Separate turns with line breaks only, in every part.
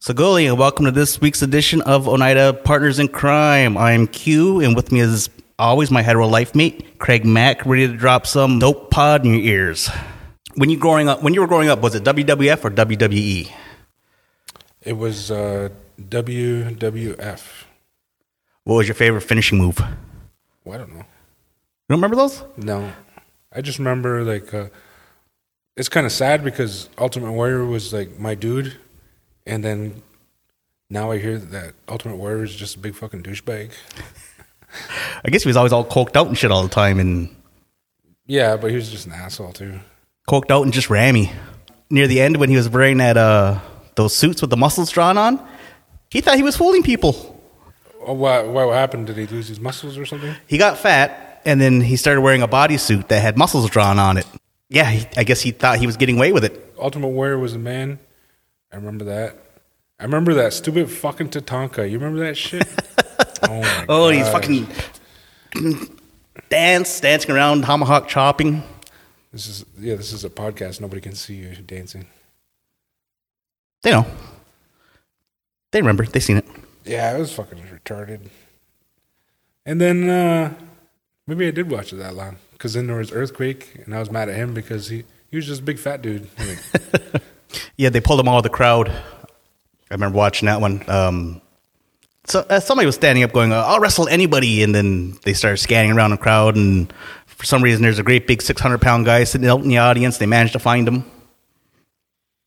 Sagoli, and welcome to this week's edition of Oneida Partners in Crime. I am Q, and with me is always my hetero life mate, Craig Mack, ready to drop some dope pod in your ears. When you growing up, when you were growing up, was it WWF or E? WWE?
It was uh, WWF.
What was your favorite finishing move? You
Well, I don't know.
don't remember those?
No, I just remember like uh, it's kind of sad because Ultimate Warrior was like my dude, and then now I hear that Ultimate Warrior is just a big fucking douchebag.
I guess he was always all coked out and shit all the time, and
Yeah, but he was just an asshole too.
coked out and just rammy. Near the end, when he was wearing that uh, those suits with the muscles drawn on, he thought he was fooling people.
Oh, what, what happened? Did he lose his muscles or something?
He got fat, and then he started wearing a bodysuit that had muscles drawn on it. Yeah, he, I guess he thought he was getting away with it.
Ultimate Warrior was a man. I remember that. I remember that stupid fucking Tatanka. You remember that shit? oh my
Oh, he's
gosh.
fucking dance, dancing around, tomahawk chopping.
This is yeah. This is a podcast. Nobody can see you dancing.
They know. They remember. They seen it.
Yeah, it was fucking retarded. And then uh maybe I did watch it that long because then there was earthquake, and I was mad at him because he he was just a big fat dude. I mean,
Yeah, they pulled him out of the crowd. I remember watching that one. Um, so uh, somebody was standing up, going, uh, "I'll wrestle anybody," and then they started scanning around the crowd, and for some reason, there's a great big 600 pound guy sitting out in the audience. They managed to find him.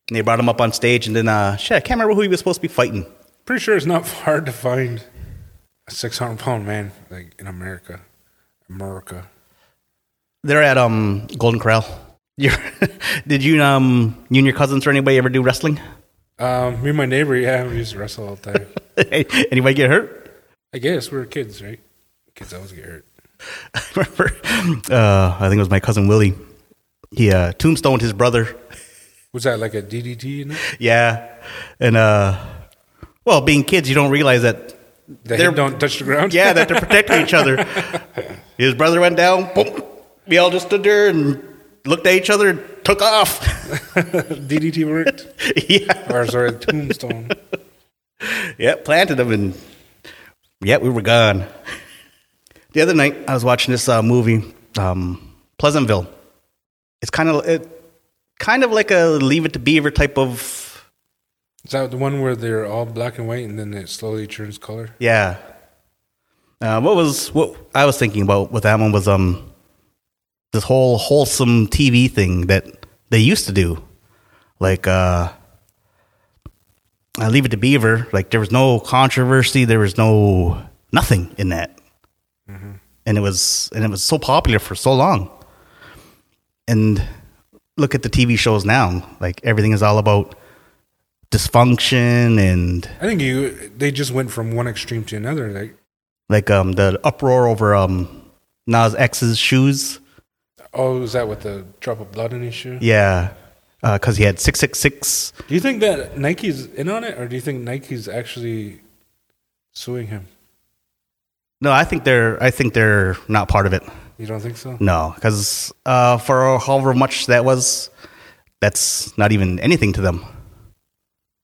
And they brought him up on stage, and then uh, shit, I can't remember who he was supposed to be fighting.
pretty sure it's not hard to find a six hundred pound man like in America, America.
They're at um, Golden Corral. You're, did you um, you and your cousins or anybody ever do wrestling?
Um, me and my neighbor, yeah, we used to wrestle all the time.
anybody get hurt?
I guess we were kids, right? Kids always get hurt.
I remember, uh, I think it was my cousin Willie. He uh, tombstoned his brother.
Was that like a DDT? In it?
Yeah, and uh, well, being kids, you don't realize that.
The
They're-
head don't touch the ground.
Yeah, that they're protecting each other. His brother went down. Boom. We all just stood there and looked at each other and took off.
DDT worked.
yeah,
or sorry, tombstone.
yeah, planted him and yeah, we were gone. The other night, I was watching this uh, movie, um, Pleasantville. It's kind of it, kind of like a Leave It to Beaver type of
Is that the one where they're all black and white and then it slowly turns color?
Yeah. Uh, what was what I was thinking about with that one was um this whole wholesome TV thing that they used to do, like uh, I leave it to Beaver. Like there was no controversy, there was no nothing in that, and it was and it was so popular for so long. And look at the TV shows now; like everything is all about dysfunction and
I think you they just went from one extreme to another. Like,
like um the uproar over um Nas X's shoes.
oh, is that with the drop of blood in his shoe?
Yeah, because he had six six six.
Do you think that Nike's in on it, or do you think Nike's actually suing him?
No, I think they're I think they're not part of it.
You don't think so?
No, because uh, for however much that was, that's not even anything to them.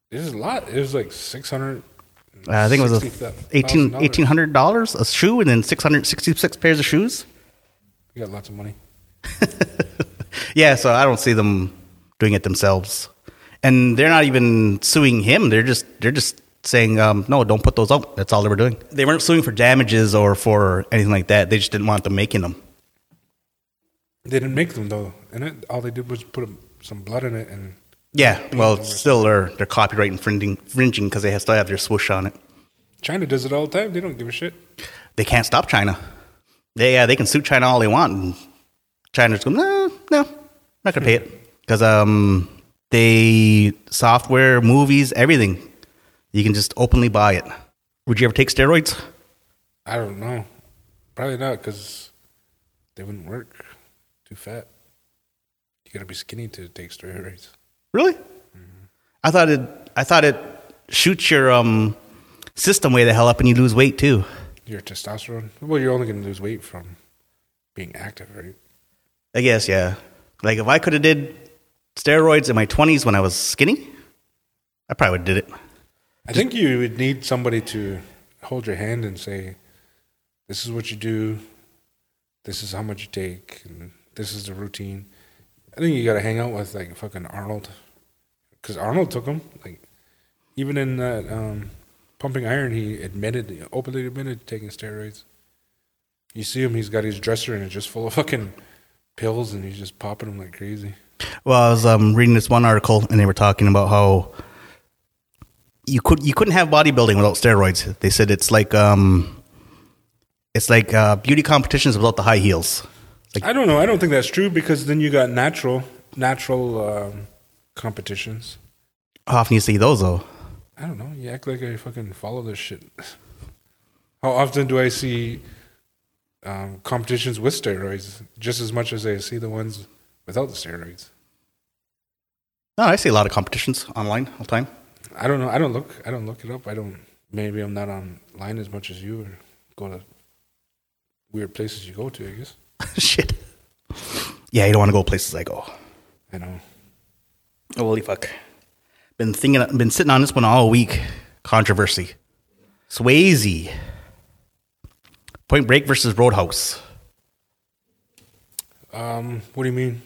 There's a lot. It was like six hundred.
Uh, I think it was a
$60,000.
eighteen eighteen hundred dollars a shoe, and then six hundred sixty six pairs of shoes.
You got lots of money.
Yeah, so I don't see them doing it themselves, and they're not even suing him. They're just they're just saying um, no, don't put those out. That's all they were doing. They weren't suing for damages or for anything like that. They just didn't want them making them.
They didn't make them though, and it, all they did was put some blood in it, and
Yeah, well, it's still they're they're copyright infringing infringing because they have- still have their swoosh on it.
China does it all the time. They don't give a shit.
They can't stop China. They yeah, they can sue China all they want, and China's going no, no, not gonna pay it because um they software, movies, everything, you can just openly buy it. Would you ever take steroids?
I don't know. Probably not because they wouldn't work. Too fat. You gotta be skinny to take steroids.
Really? I thought it. I thought it shoots your um, system way the hell up, and you lose weight too.
Your testosterone. Well, you're only gonna lose weight from being active, right?
I guess, yeah. Like if I could have did steroids in my twenties when I was skinny, I probably would did it.
I think you would need somebody to hold your hand and say, "This is what you do. This is how much you take. And this is the routine." I think you got to hang out with like fucking Arnold, because Arnold took him. Like even in that um, Pumping Iron, he admitted, openly admitted to taking steroids. You see him; he's got his dresser and it's just full of fucking pills, and he's just popping them like crazy.
Well, I was um, reading this one article, and they were talking about how you could you couldn't have bodybuilding without steroids. They said it's like um, it's like uh, beauty competitions without the high heels. Like-
I don't know. I don't think that's true because then you got natural, natural um, competitions.
How often you see those though?
I don't know. You act like I fucking follow this shit. How often do I see um, competitions with steroids? Just as much as I see the ones without the steroids.
No, I see a lot of competitions online all the time.
I don't know. I don't look. I don't look it up. I don't. Maybe I'm not online as much as you, or go to weird places you go to. I guess.
Shit. Yeah, you don't want to go places I go.
I know.
Holy fuck! Been thinking, been sitting on this one all week. Controversy. Swayze. Point Break versus Roadhouse.
Um, what do you mean?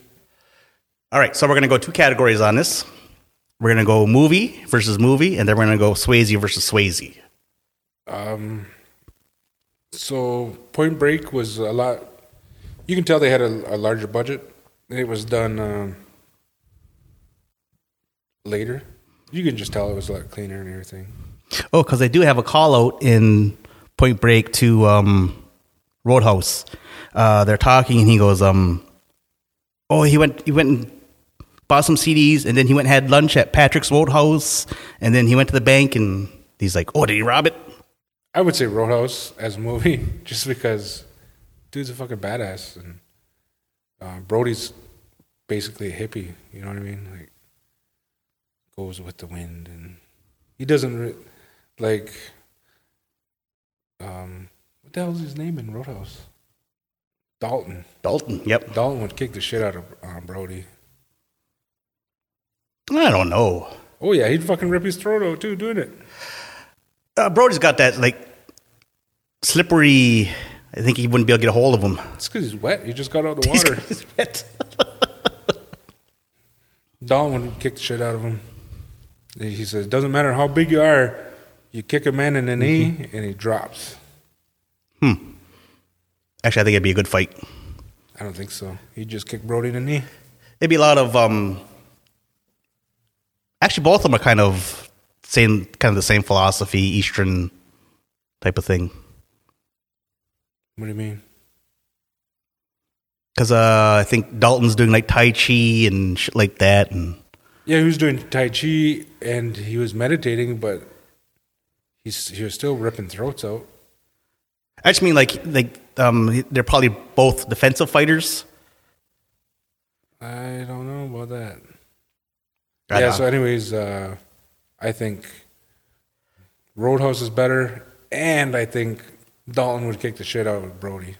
All right, so we're gonna go two categories on this. We're gonna go movie versus movie, and then we're gonna go Swayze versus Swayze.
So Point Break was a lot. You can tell they had a, a larger budget. It was done um, later. You can just tell it was a lot cleaner and everything.
Oh, because they do have a call out in Point Break to um, Roadhouse. Uh, they're talking, and he goes, um, "Oh, he went, he went and bought some CDs, and then he went and had lunch at Patrick's Roadhouse, and then he went to the bank, and he's like, oh, did he rob it?'"
I would say Roadhouse as a movie, just because dude's a fucking badass, and uh, Brody's basically a hippie. You know what I mean? Like goes with the wind, and he doesn't re- like. Um, what the hell's his name in Roadhouse? Dalton.
Dalton. Yep.
Dalton would kick the shit out of um, Brody.
I don't know.
Oh yeah, he'd fucking rip his throat out too, doing it.
Uh, Brody's got that like slippery. I think he wouldn't be able to get a hold of him.
It's because he's wet. He just got out of the water.
He's wet.
Dalton would kick the shit out of him. He says, "Doesn't matter how big you are, you kick a man in the knee
Mm-hmm.
and he drops."
Actually, I think it'd be a good fight.
I don't think so. He just kicked Brody in the knee.
There'd be a lot of um actually both of them are kind of same kind of the same philosophy, Eastern type of thing.
What do you mean?
Because uh, I think Dalton's doing like Tai Chi and shit like that, and
Yeah, he was doing tai chi and he was meditating, but he's he was still ripping throats out.
I just mean like like um, they're probably both defensive fighters.
I don't know about that.
I
yeah.
don't
So, anyways, uh, I think Roadhouse is better, and I think Dalton would kick the shit out of Brody.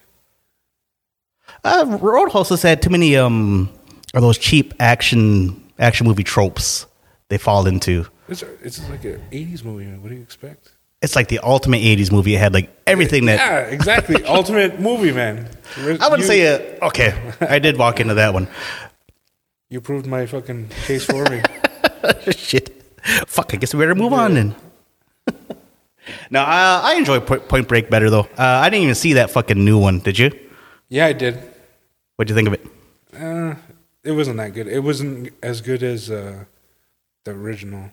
Uh, Roadhouse has had too many um are those cheap action action movie tropes they fall into.
It's it's like an '80s movie. What do you expect?
It's like the ultimate '80s movie. It had like everything that
Yeah, exactly. Ultimate movie, man.
I wouldn't
You-
say. Uh, okay, I did walk into that one.
you proved my fucking case for me.
Shit. Fuck, I guess we better move on then. no, I, I enjoy Po- Point Break better, though. Uh, I didn't even see that fucking new one, did you?
yeah, I did.
What'd you think of it?
Uh, it wasn't that good. It wasn't as good as uh, the original,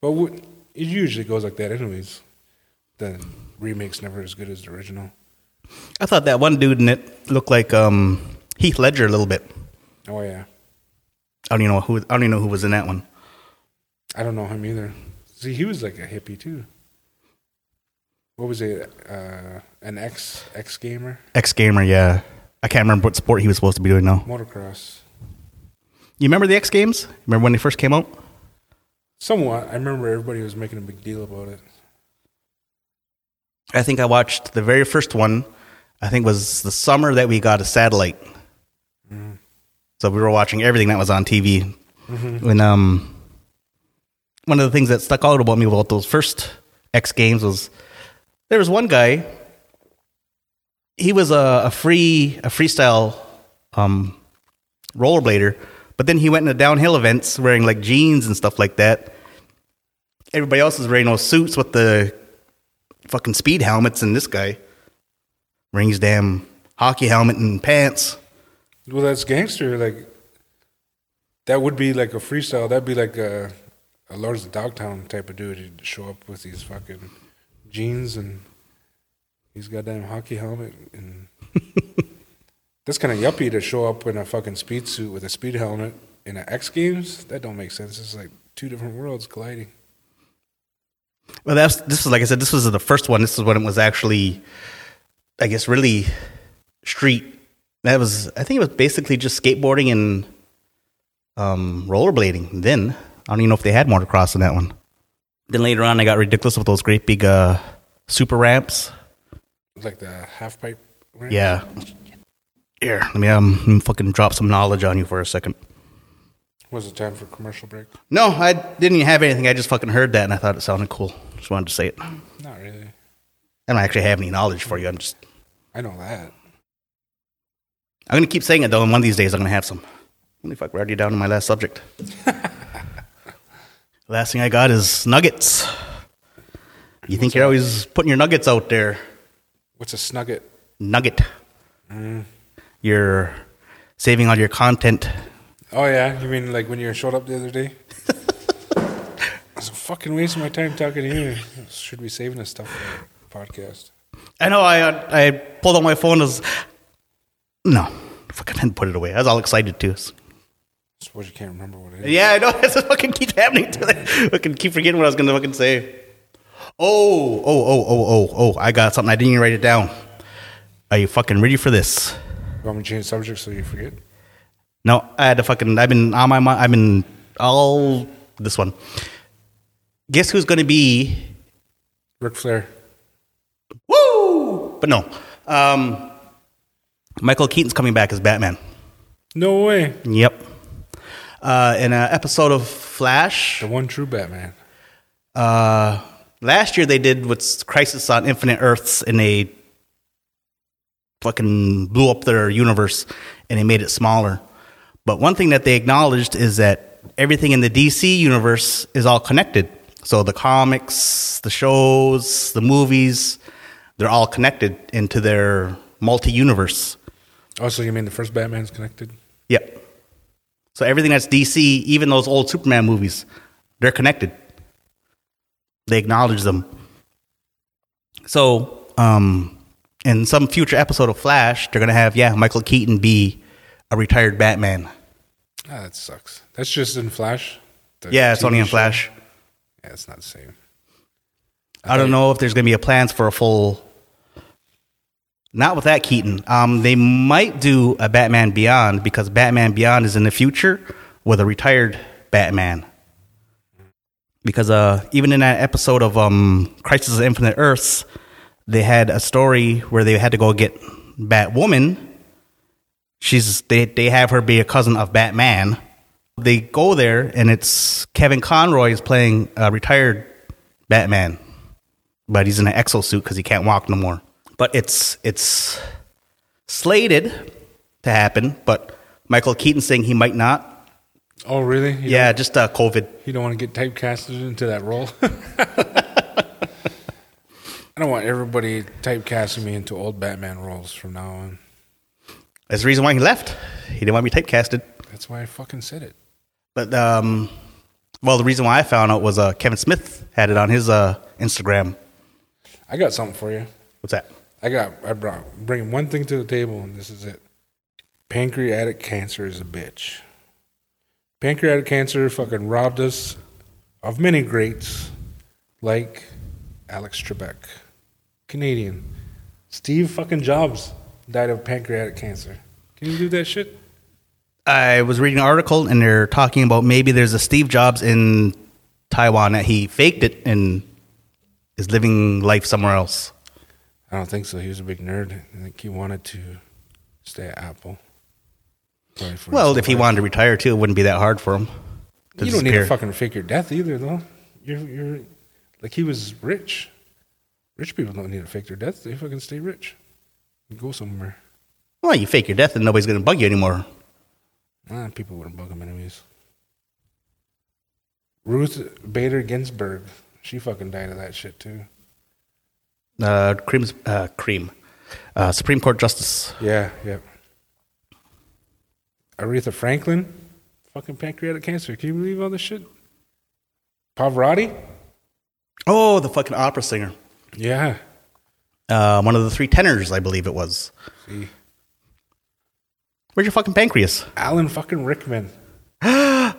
but w- it usually goes like that, anyways. The remake's never as good as the original.
I thought that one dude in it looked like um, Heath Ledger a little bit.
Oh yeah,
I don't even know who. I don't even know who was in that one.
I don't know him either. See, he was like a hippie too. What was it? Uh, an ex ex gamer
Ex gamer, yeah. I can't remember what sport he was supposed to be doing now.
motocross.
You remember the X Games? Remember when they first came out?
Somewhat. I remember everybody was making a big deal about it.
I think I watched the very first one. I think was the summer that we got a satellite. So we were watching everything that was on TV. When um, one of the things that stuck out about me about those first X Games was there was one guy. He was a, a free a freestyle um, rollerblader, but then he went into downhill events wearing like jeans and stuff like that. Everybody else is wearing those suits with the fucking speed helmets, and this guy wearing his damn hockey helmet and pants.
Well, that's gangster. Like that would be like a freestyle. That'd be like a, a Lords of Dogtown type of dude to show up with these fucking jeans and he's goddamn hockey helmet and that's kind of yuppie to show up in a fucking speed suit with a speed helmet in a X Games. That don't make sense. It's like two different worlds colliding.
Well, that's this was like I said, this was the first one. This is when it was actually, I guess, really street. That was I think it was basically just skateboarding and um, rollerblading. Then I don't even know if they had motocross in that one. Then later on, I got ridiculous with those great big uh, super ramps.
Like the half pipe. ramp.
Yeah. Here, let me um, let me fucking drop some knowledge on you for a second.
Was it time for commercial break?
No, I didn't even have anything. I just fucking heard that and I thought it sounded cool. Just wanted to say it. I
Not really.
don't actually have any knowledge for you. I'm just
I know that.
I'm gonna keep saying it though, and one of these days I'm gonna have some. Holy fuck, we're already down to my last subject. last thing I got is nuggets. You think you're always putting your nuggets out there?
What's a snugget? Mm.
Nugget. You're saving all your content.
Oh yeah, you mean like when you showed up the other day? It's a fucking waste of my time talking to you. Should be saving this stuff for the podcast.
I know. I uh, I pulled out my phone. As no, fucking didn't put it away. I was all excited too.
Suppose you can't remember what it is.
Yeah, I know. This fucking keeps happening. To me. fucking keep forgetting what I was gonna fucking say. Oh, oh, oh, oh, oh, oh! I got something. I didn't even write it down. Are you fucking ready for this?
You want me to change subject so you forget?
No, I had to fucking. I've been on my. mi- I've been all this one. Guess who's gonna be?
Ric Flair.
Woo! But no, um, Michael Keaton's coming back as Batman.
No way.
Yep. Uh, in an episode of Flash,
The one true Batman.
uh, last year they did what's Crisis on Infinite Earths, and they fucking blew up their universe and they made it smaller. But one thing that they acknowledged is that everything in the DC universe is all connected. So the comics, the shows, the movies, they're all connected into their multi universe.
Also, you mean the first Batman's connected?
Yep. So everything that's DC, even those old Superman movies, they're connected. They acknowledge them. So, um, in some future episode of Flash, they're gonna have yeah Michael Keaton be a retired Batman.
Ah, that sucks. That's just in Flash. The
Yeah, it's
TV
only in
show?
Flash.
Yeah, it's not the same.
I don't know if there's gonna be a plans for a full. Not with that Keaton. Um, they might do a Batman Beyond because Batman Beyond is in the future with a retired Batman. Because uh, even in that episode of um, Crisis of Infinite Earths, they had a story where they had to go get Batwoman. She's they they have her be a cousin of Batman. They go there and it's Kevin Conroy is playing a retired Batman but he's in an exosuit because he can't walk no more. But it's it's slated to happen, but Michael Keaton saying he might not.
Oh, really? You
Yeah, just uh, COVID.
Don't, you don't want to get typecasted into that role? I don't want everybody typecasting me into old Batman roles from now on.
That's the reason why he left. He didn't want to be typecasted.
That's why I fucking said it.
But um, well, the reason why I found out was uh, Kevin Smith had it on his uh, Instagram.
I got something for you.
What's that?
I got. I brought bringing one thing to the table, and this is it. Pancreatic cancer is a bitch. Pancreatic cancer fucking robbed us of many greats, like Alex Trebek, Canadian. Steve fucking Jobs died of pancreatic cancer. Can you do that shit?
I was reading an article and they're talking about maybe there's a Steve Jobs in Taiwan that he faked it and is living life somewhere else.
I don't think so. He was a big nerd. I think he wanted to stay at Apple. Probably for
Well,
his
if he
life.
wanted to retire too, it wouldn't be that hard for him. to
you don't need
disappear.
to fucking fake your death either, though. You're you're like he was rich. Rich people don't need to fake their death. They fucking stay rich. And go somewhere.
well, you fake your death and nobody's gonna bug you anymore.
Ah, people wouldn't bug him anyways. Ruth Bader Ginsburg, she fucking died of that shit too.
Uh, cream's uh, cream. Uh, Supreme Court Justice.
Yeah, yeah. Aretha Franklin, fucking pancreatic cancer. Can you believe all this shit? Pavarotti?
Oh, the fucking opera singer.
Yeah.
Uh, one of the three tenors, I believe it was.
See.
Where's your fucking pancreas?
Alan fucking Rickman. Died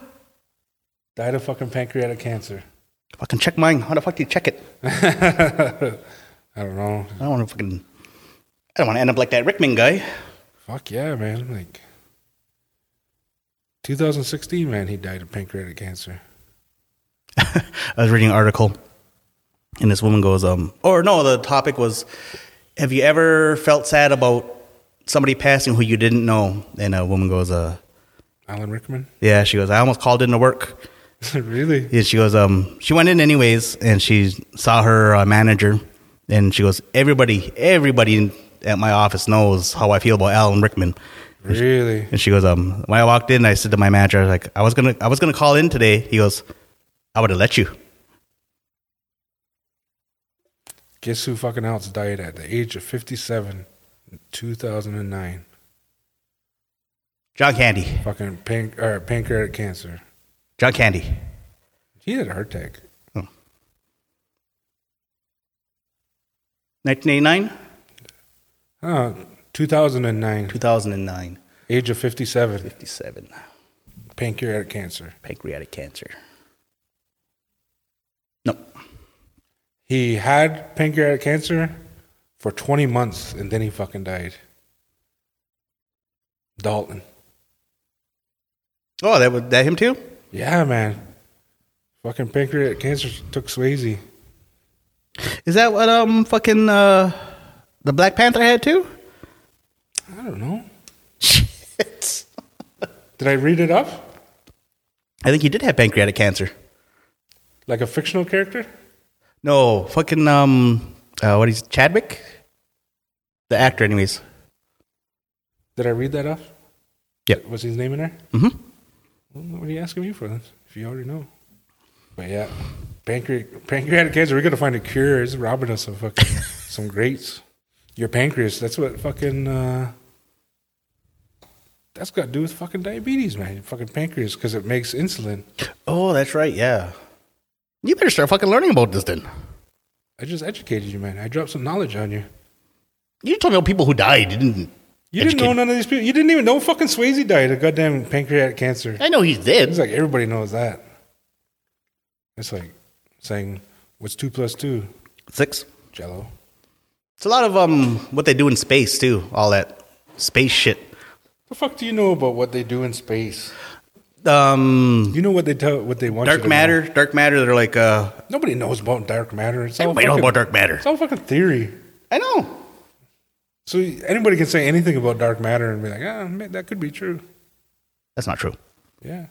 of fucking pancreatic cancer.
Fucking check mine. How the fuck do you check it?
I don't know.
I don't want to fucking. I don't want to end up like that Rickman guy.
Fuck yeah, man. Like 2016, man, he died of pancreatic cancer.
I was reading an article, and this woman goes, um, or no, the topic was, have you ever felt sad about somebody passing who you didn't know? And a woman goes, uh,
Alan Rickman?
yeah, she goes, I almost called into work.
really?
And she goes, um, she went in anyways, and she saw her uh, manager, and she goes, everybody, everybody in- at my office knows how I feel about Alan Rickman.
Really?
And she goes, um, when I walked in, I said to my manager, I was like, I was gonna, I was gonna call in today. He goes, I would have let you.
Guess who fucking else died at the age of 57 in 2009?
John Candy,
Fucking pan- or pancreatic cancer.
John Candy.
He had a heart attack.
1989,
Oh, 2009,
2009,
age of 57,
57,
pancreatic cancer.
pancreatic cancer. No,
He had pancreatic cancer for 20 months and then he fucking died. Dalton.
oh, that was that him too.
Yeah, man. Fucking pancreatic cancer took Swayze.
Is that what um fucking uh the Black Panther had too?
I don't know.
Shit.
Did I read it up?
I think he did have pancreatic cancer.
Like a fictional character?
No, fucking um, uh, what is Chadwick? The actor, anyways.
Did I read that off?
Yeah.
Was his name in there?
Mhm.
Well, what are you asking me for then? If you already know. But yeah, pancreatic pancreatic cancer. We're gonna find a cure. It's robbing us of fucking some greats. Your pancreas. That's what fucking. Uh, that's got to do with fucking diabetes, man. Your fucking pancreas because it makes insulin.
Oh, that's right. Yeah. You better start fucking learning about this then.
I just educated you, man. I dropped some knowledge on you.
You told me about people who died. You didn't.
You didn't know
Educated.
none of these people. You didn't even know fucking Swayze died of goddamn pancreatic cancer.
I know he's
It's
dead.
like everybody knows that. It's like saying, "What's two plus two,
Six.
Jello?"
It's a lot of um what they do in space too. All that space shit.
The fuck do you know about what they do in space?
Um,
You know what they tell, what they want. you
dark
to
matter. Dark matter. They're like uh.
know. Nobody knows about dark matter. It's all
Everybody knows
fucking,
about dark matter.
It's all fucking theory.
Oh, I know.
So anybody can say anything about dark matter and be like, "Ah, man, that could be true."
That's not true.
Yeah.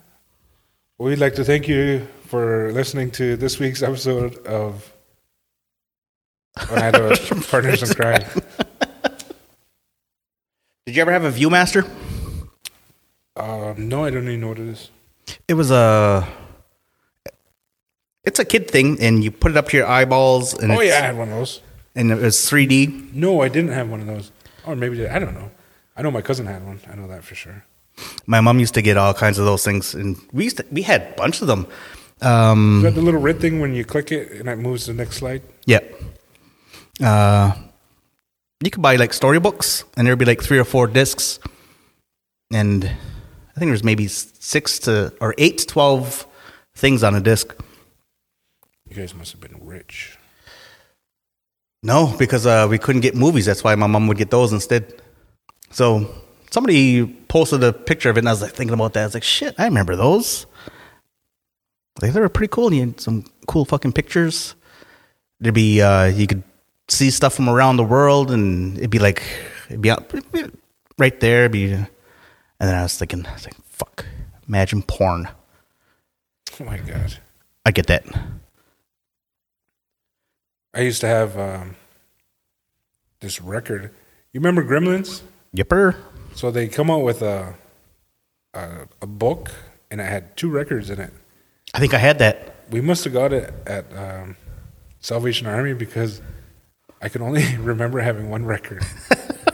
Well, we'd like to thank you for listening to this week's episode of Oneida Partners in Crime.
Did you ever have a ViewMaster?
Uh, no, I don't even know what it is.
It was a. It's a kid thing, and you put it up to your eyeballs, and
Oh
it's,
yeah, I had one of those.
and it was 3D.
No, I didn't have one of those. Or maybe did- I don't know. I know my cousin had one. I know that for sure.
My mom used to get all kinds of those things, and we used to, we had a bunch of them. Um,
Is that the little red thing when you click it and it moves to the next slide?
yeah. Uh, you could buy like storybooks, and there'd be like three or four discs, and I think there's maybe six to or eight to twelve things on a disc.
You guys must have been rich.
No, because uh, we couldn't get movies. That's why my mom would get those instead. So somebody posted a picture of it, and I was like thinking about that. I was like, shit, I remember those. Like they were pretty cool. You had some cool fucking pictures. There'd be uh, you could see stuff from around the world, and it'd be like it'd be out right there. It'd be, and then I was thinking, I was like, fuck, imagine porn.
Oh my god!
I get that.
I used to have um, this record. You remember Gremlins?
Yipper.
So they come out with a a, a book, and it had two records in it.
I think I had that.
We must have got it at um, Salvation Army because I can only remember having one record.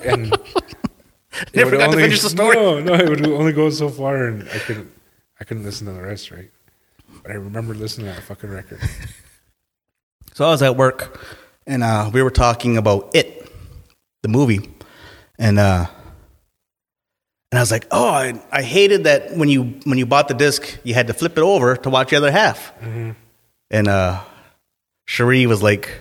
and it
Never
would
got to finish the story.
No, no, it would only go so far, and I couldn't, I couldn't listen to the rest, right? But I remember listening to that fucking record.
So I was at work, and uh, we were talking about it, the movie, and uh, and I was like, "Oh, I, I hated that when you when you bought the disc, you had to flip it over to watch the other half." And uh, Cherie was like, "What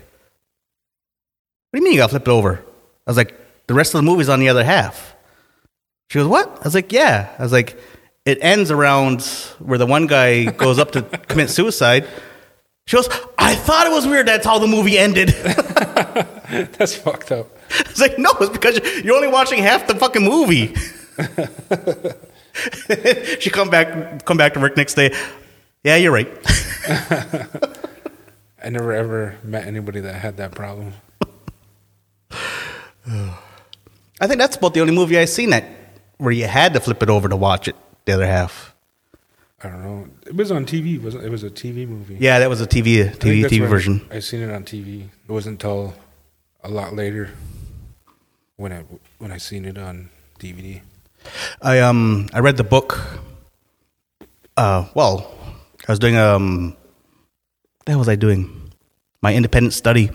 do you mean you got to flip it over?" I was like, "The rest of the movie's on the other half." She goes, "What?" I was like, "Yeah." I was like, "It ends around where the one guy goes up to commit suicide." She goes, I thought it was weird that's how the movie ended.
That's fucked up.
it's like, no, it's because you're only watching half the fucking movie. she come back come back to work next day. Yeah, you're right.
I never ever met anybody that had that problem.
I think that's about the only movie I've seen that where you had to flip it over to watch it, the other half.
I don't know. It was on TV. Wasn't it? It was a TV movie.
Yeah, that was a TV
I think
TV
that's
TV
when
version.
I seen it on TV. It wasn't until a lot later when I when I seen it on DVD.
I um I read the book. Uh, well, I was doing um, what the hell was I doing? My independent study,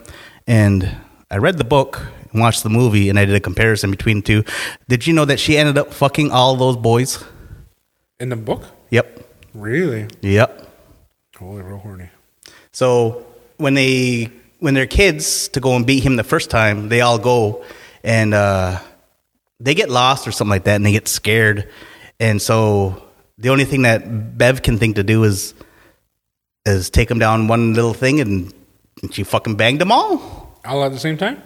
and I read the book and watched the movie, and I did a comparison between the two. Did you know that she ended up fucking all those boys?
In the book?
Yep,
Really?
yep.
Holy real horny.
So when they when they're kids to go and beat him the first time, they all go and uh, they get lost or something like that, and they get scared. And so the only thing that Bev can think to do is is take him down one little thing, and, and she fucking banged them all
All at the same time?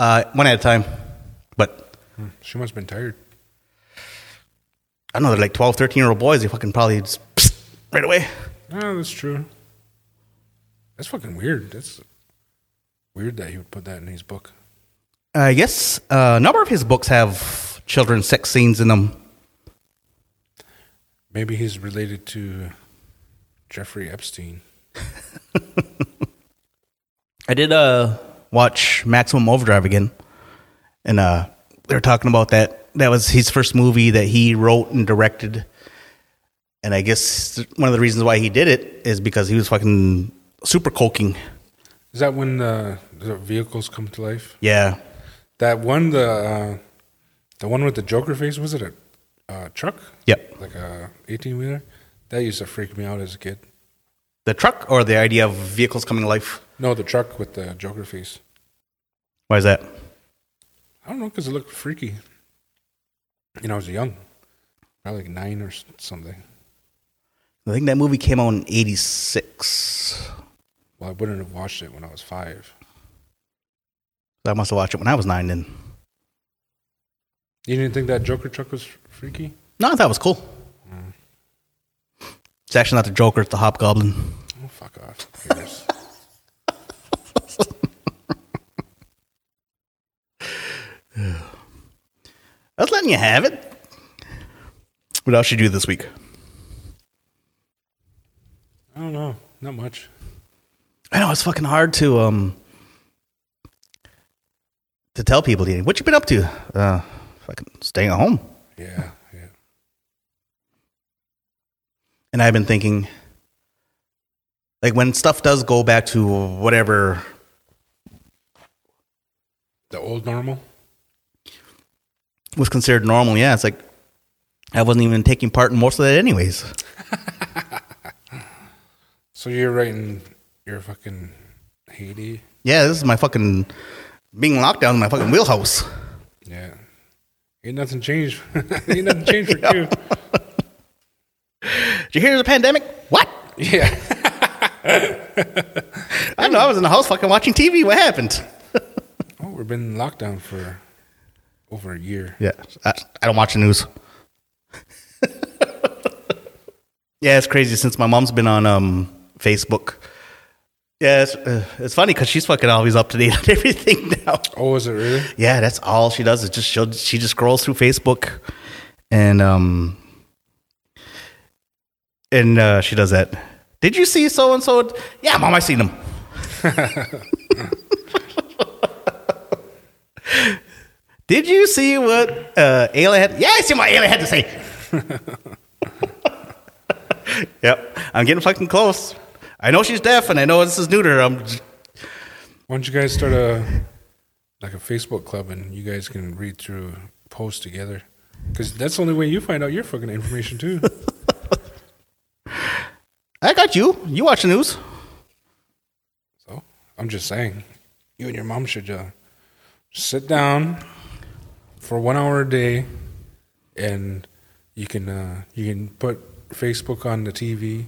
uh, one at a time. But
Hmm, She must have been tired.
I don't know they're like 12, 13 year old boys. They fucking probably just right away.
No, Ah, that's true. That's fucking weird. That's weird that he would put that in his book.
Uh, yes, uh, a number of his books have children's sex scenes in them.
Maybe he's related to Jeffrey Epstein.
I did uh watch Maximum Overdrive again, and uh they were talking about that. That was his first movie that he wrote and directed, and I guess one of the reasons why he did it is because he was fucking super coking.
Is that when the, the vehicles come to life?
Yeah,
That one, the uh, the one with the Joker face, was it a uh, truck?
yep.
Like a eighteen wheeler? That used to freak me out as a kid.
The truck or the idea of vehicles coming to life.
No, the truck with the Joker face.
Why is that?
I don't know because it looked freaky. You know, I was young, probably like nine or s- something.
I think that movie came out in '86.
Well, I wouldn't have watched it when I was five.
So I must have watched it when I was nine. Then
You didn't think that Joker truck was freaky?
no, I thought it was cool. It's actually not the Joker; it's the Hobgoblin.
Oh, fuck off. Who cares?
I was letting you have it. What else should you do this week?
I don't know. Not much.
I know it's fucking hard to um to tell people. Danny. What you been up to? Uh, fucking staying at home.
Yeah, yeah.
And I've been thinking, like when stuff does go back to whatever.
The old normal.
was considered normal. Yeah, it's like I wasn't even taking part in most of that, anyways.
So you're writing your fucking Haiti.
Yeah, this is my fucking being locked down in my fucking wheelhouse.
Yeah. Ain't nothing changed. Ain't nothing changed for you.
Did you hear the pandemic? What?
Yeah.
I don't know. I was in the house fucking watching TV. What happened?
Oh, we've been in lockdown for over a year.
Yeah, I, I don't watch the news. Yeah, it's crazy since my mom's been on um, Facebook. Yeah, it's, uh, it's funny because she's fucking always up to date on everything now.
Oh, is it really?
Yeah, that's all she does is just she'll, she just scrolls through Facebook, and um, and uh, she does that. Did you see so and so? Yeah, mom, I seen him. Did you see what uh, Ayla had? Yeah, I see what Ayla had to say. yep, I'm getting fucking close. I know she's deaf, and I know this is new to her. I'm
Why don't you guys start a like a Facebook club and you guys can read through posts together? Because that's the only way you find out your fucking information too.
I got you. You watch the news.
so Oh, I'm just saying, you and your mom should uh, sit down for one hour a day, and you can uh, you can put Facebook on the TV,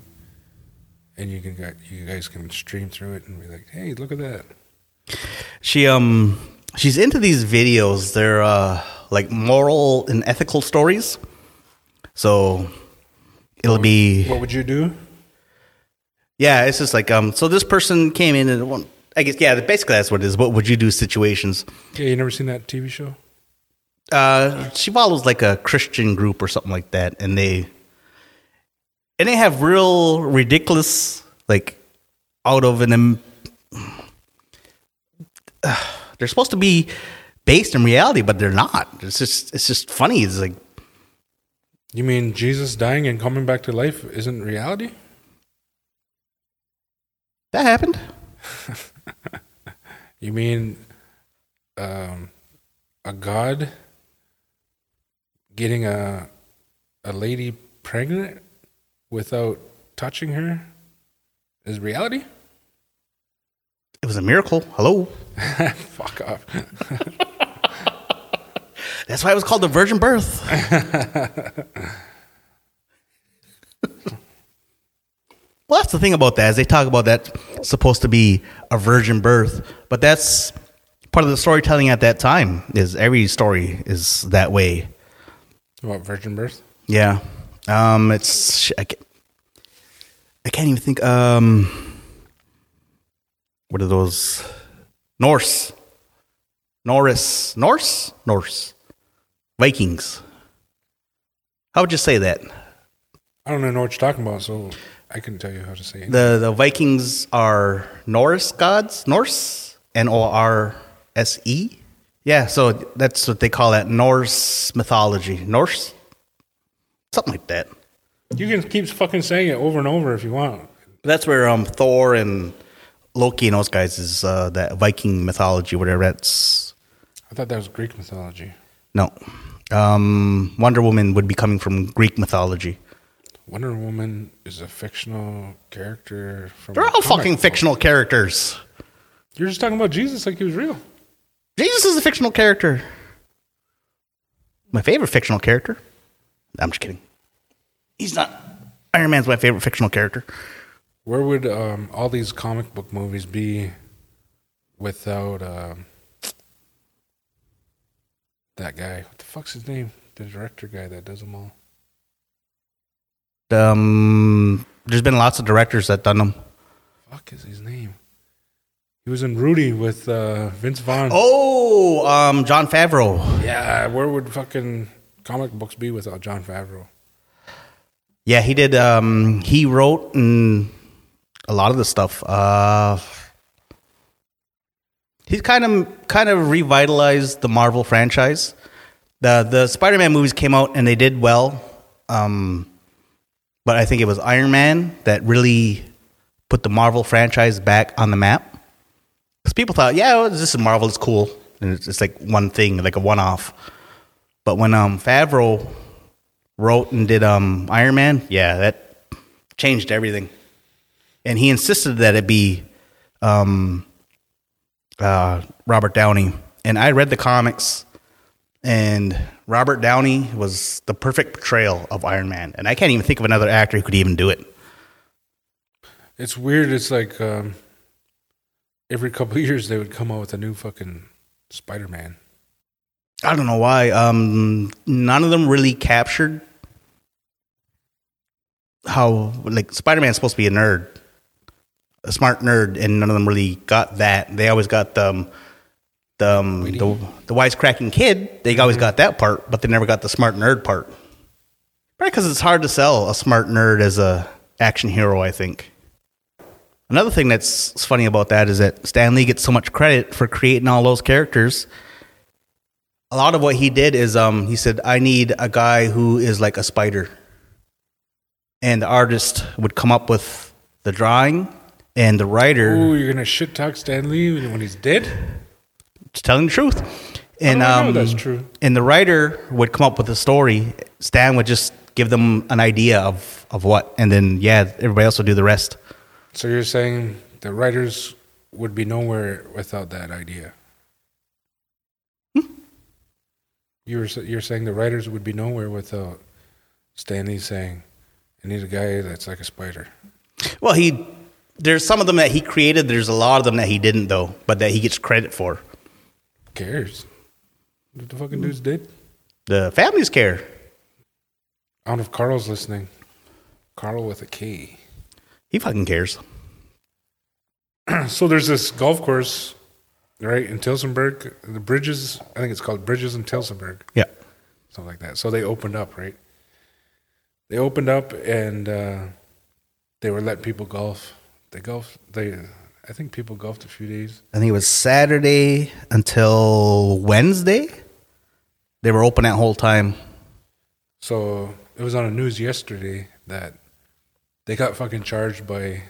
and you can gu- you guys can stream through it and be like, hey, look at that.
She um she's into these videos. They're uh like moral and ethical stories. So it'll be
What would you do?
yeah, it's just like um so this person came in and one I guess yeah, basically that's what it is. What would you do situations?
Yeah, you never seen that TV show?
Uh she follows like a Christian group or something like that and they and they have real ridiculous like out of an im- they're supposed to be based in reality but they're not it's just it's just funny it's like
You mean Jesus dying and coming back to life isn't reality?
that happened
You mean um, a god getting a a lady pregnant without touching her is reality?
it was a miracle hello
Fuck off.
that's why it was called the virgin birth well that's the thing about that is they talk about that supposed to be a virgin birth but that's part of the storytelling at that time is every story is that way
What virgin birth?
Yeah. Um, it's sh- I can't, I can't even think. Um, what are those? Norse, Norris, Norse, Norse, Vikings. How would you say that?
I don't even know what you're talking about, so I couldn't tell you how to say it.
The the Vikings are Norse gods, Norse, N O R S E. Yeah, so that's what they call that Norse mythology, Norse, something like that.
You can keep fucking saying it over and over if you want.
That's where um Thor and Loki and those guys is uh, that Viking mythology, whatever. That's
I thought that was Greek mythology.
no. Um, Wonder Woman would be coming from Greek mythology.
Wonder Woman is a fictional character from
They're
a
all
comic
fucking
book.
fictional characters.
You're just talking about Jesus like he was real.
Jesus is a fictional character. My favorite fictional character. I'm just kidding. He's not. Iron Man's my favorite fictional character.
Where would um, all these comic book movies be without um, that guy? What the fuck's his name? The director guy that does them all.
Um, there's been lots of directors that done them.
Fuck is his name? He was in Rudy with uh, Vince Vaughn.
Oh, um, John Favreau.
Yeah, where would fucking comic books be without John Favreau?
Yeah, he did. Um, he wrote and a lot of the stuff. Uh, he's kind of kind of revitalized the Marvel franchise. the The Spider Man movies came out and they did well, um, but I think it was Iron Man that really put the Marvel franchise back on the map. Because people thought, yeah, well, this is Marvel, it's cool, and it's, it's like one thing, like a one off. But when um, Favreau wrote and did um, Iron Man, yeah, that changed everything. And he insisted that it be um, uh, Robert Downey. And I read the comics, and Robert Downey was the perfect portrayal of Iron Man. And I can't even think of another actor who could even do it.
It's weird. It's like um, every couple of years they would come out with a new fucking Spider Man.
I don't know why. Um, none of them really captured how like Spider Man's supposed to be a nerd, a smart nerd, and none of them really got that. They always got the um, the um, the, the wisecracking kid. They
Mm-hmm.
always got that part, but they never got the smart nerd part. Right, because it's hard to sell a smart nerd as a action hero. I think. Another thing that's funny about that is that Stan Lee gets so much credit for creating all those characters. A lot of what he did is um, he said, I need a guy who is like a spider. And the artist would come up with the drawing, and the writer
Ooh, you're gonna shit talk Stan Lee when he's dead?
is telling the truth. And
do Oh, I know
um,
that's true?
And the writer would come up with a story. Stan would just give them an idea of, of what, and then yeah, everybody else would do the rest.
So you're saying the writers would be nowhere without that idea? You were sa- you're saying the writers would be nowhere without Stanley saying, "I need a guy that's like a spider."
Well, he there's some of them that he created. There's a lot of them that he didn't though, but that he gets credit for.
Who cares? What the fucking dude's dead.
The families care.
I don't know if Carl's listening. Carl with a K.
He fucking cares.
so there's this golf course, right in Tilsonburg. The bridges, I think it's called Bridges in Tilsonburg.
Yeah.
something like that. So they opened up, right? They opened up and uh, they were letting people golf. They golf. They, I think people golfed a few days.
I think it was Saturday until Wednesday. They were open that whole time.
So it was on the news yesterday that they got fucking charged by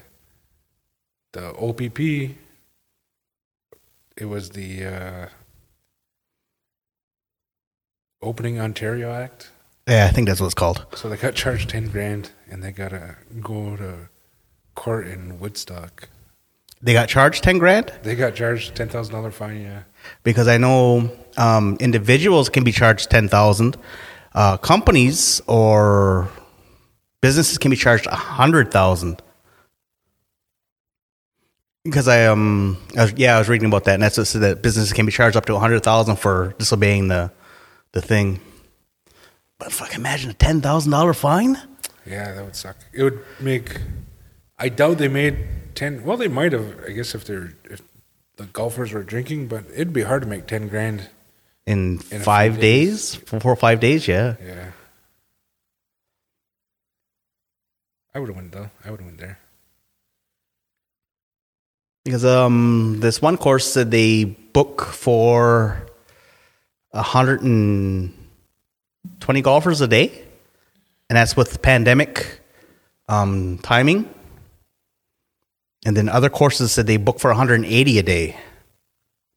the OPP. It was the uh, Opening Ontario Act.
Yeah, I think that's what it's called.
So they got charged ten grand, and they gotta go to court in Woodstock.
They got charged ten grand
They got charged ten thousand dollar fine. Yeah,
because I know um, individuals can be charged ten thousand. Uh, companies or businesses can be charged a hundred thousand. Because I um I was, yeah I was reading about that and that's what it said that businesses can be charged up to a hundred thousand for disobeying the the thing. But fuck, imagine a ten thousand dollar fine.
yeah, that would suck. It would make. I doubt they made ten. Well, they might have. I guess if they're if the golfers were drinking, but it'd be hard to make ten grand.
in,
few
five days, four or five days. Yeah,
Yeah. I would have went though. I would have went there.
because um, this one course said they book for a hundred and twenty golfers a day, and that's with pandemic um, timing. And then other courses said they book for 180 a day. And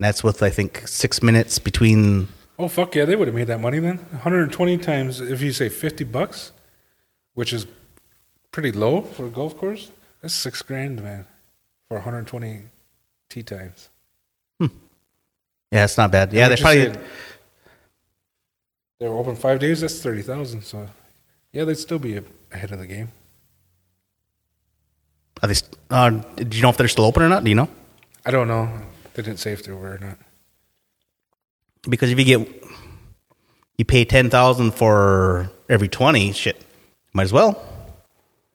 that's with I think six minutes between.
Oh fuck yeah, they would have made that money then. One hundred and twenty times if you say fifty bucks, which is pretty low for a golf course. That's six grand, man, for one hundred and twenty tee times.
Yeah, it's not bad. Yeah, they
Which is
probably
it. They were open five days. That's thirty thousand. So, yeah, they'd still be ahead of the game.
are they? st- Uh, do you know if they're still open or not? Do you know?
I don't know. They didn't say if they were or not.
because if you get you pay ten thousand for every twenty, shit, might as well.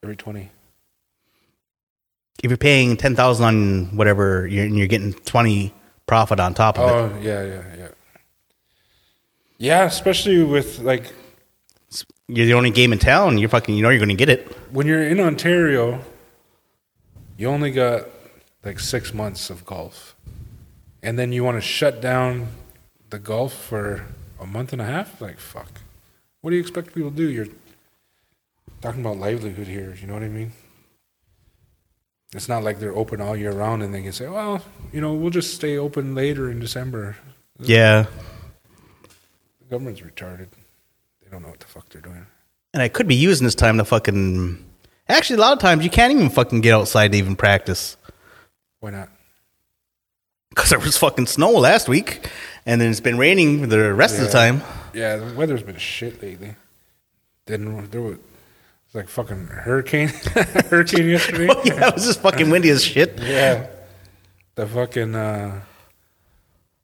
Every twenty.
If you're paying ten thousand on whatever, you're, and you're getting twenty profit on top of it.
Oh yeah, yeah, yeah. Yeah, especially with like
It's- You're the only game in town. You're fucking. You know you're going to get it.
when you're in Ontario, you only got like six months of golf, and then you want to shut down the golf for a month and a half. Like fuck, what do you expect people to do? You're talking about livelihood here. You know what I mean? It's not like they're open all year round, and they can say, "Well, you know, we'll just stay open later in December."
Yeah,
The government's retarded. They don't know what the fuck they're doing.
and I could be using this time to fucking. Actually, a lot of times you can't even fucking get outside to even practice
Why not?
because there was fucking snow last week, and then it's been raining the rest of the time.
Yeah, the weather's been shit lately. Then there was it's like fucking hurricane, hurricane yesterday.
Oh, yeah, it was just fucking windy as shit.
yeah, the fucking uh,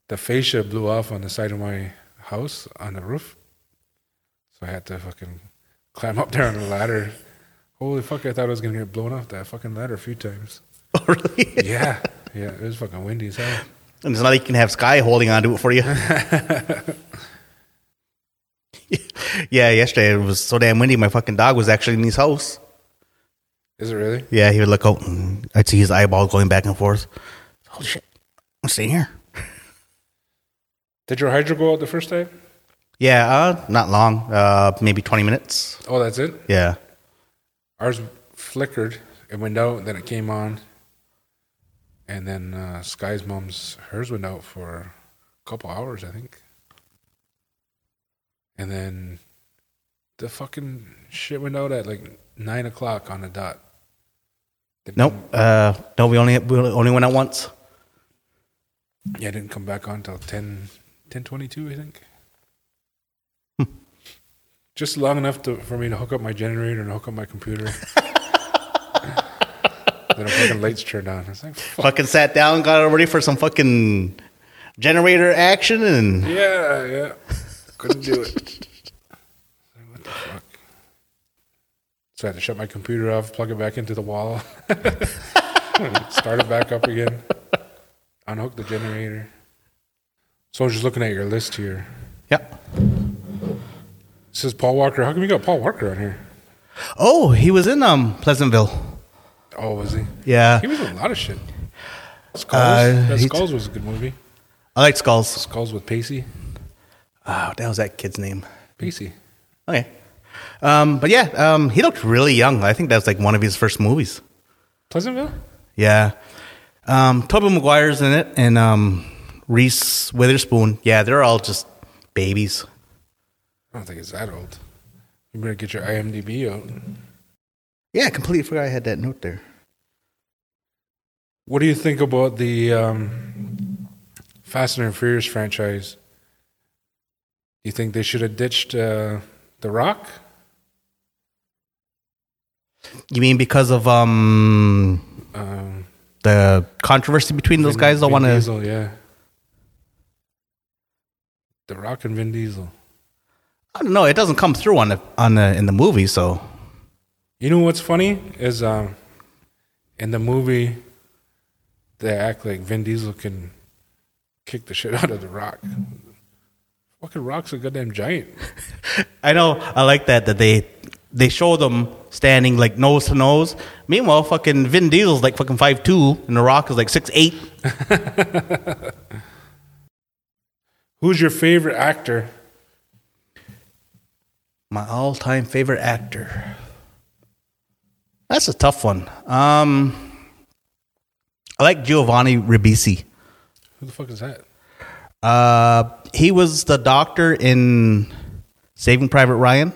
the fascia blew off on the side of my house on the roof, so I had to fucking climb up there on the ladder, Holy fuck! I thought I was gonna get blown off that fucking ladder a few times.
Oh, really?
Yeah, yeah, it was fucking windy as hell.
And it's not like you can have Sky holding on to it for you. yeah, yesterday it was so damn windy. My fucking dog was actually in his house.
Is it really?
Yeah, he would look out and I'd see his eyeball going back and forth. Holy shit, I'm staying here.
Did your hydro go out the first time?
Yeah, uh, not long, uh, maybe 20 minutes.
Oh, that's it.
Yeah.
Ours flickered. It went out, then it came on, and then uh, Sky's mom's hers went out for a couple hours, I think. And then the fucking shit went out at like nine o'clock on the dot. Didn't
Nope. Uh, no, we only, we only went out once.
come- yeah, didn't come back on till 10, 10.22, I think. Just long enough to, for me to hook up my generator and hook up my computer. then the fucking lights turned on. I was like,
Fucking sat down, got ready for some fucking generator action, and
Yeah, yeah. Couldn't do it. what the fuck? So I had to shut my computer off, plug it back into the wall, start it back up again, unhook the generator. So I was just looking at your list here.
yeah.
It says Paul Walker. How come you got Paul Walker on here?
Oh, he was in um Pleasantville.
Oh, was he?
Yeah,
He was in a lot of shit. Skulls.
Uh,
that
he-
Skulls was a good movie.
I like skulls.
Skulls with Pacey.
Oh, that was that kid's name.
Pacey.
Okay. Um, but yeah, um, he looked really young. I think that was like one of his first movies.
Pleasantville?
Yeah. Um, Tobey Maguire's in it, and um, Reese Witherspoon. Yeah, they're all just babies.
I don't think it's that old. You better get your IMDb out.
Yeah, I completely forgot I had that note there.
What do you think about the um, Fast and Furious franchise? Do you think they should have ditched uh, The Rock?
You mean because of um,
Um,
the controversy between those
Vin-
guys? I
Vin
want to.
Diesel, yeah. The Rock and Vin Diesel.
I don't know. It doesn't come through on the on the in the movie. So
You know what's funny is um, in the movie they act like Vin Diesel can kick the shit out of The Rock. Fucking Rock's a goddamn giant.
I know. I like that that they they show them standing like nose to nose. Meanwhile, fucking Vin Diesel's like fucking five two, and The Rock is like six eight.
Who's your favorite actor?
My all time favorite actor. That's a tough one. Um, I like Giovanni Ribisi.
Who the fuck is that?
Uh, he was the doctor in Saving Private Ryan.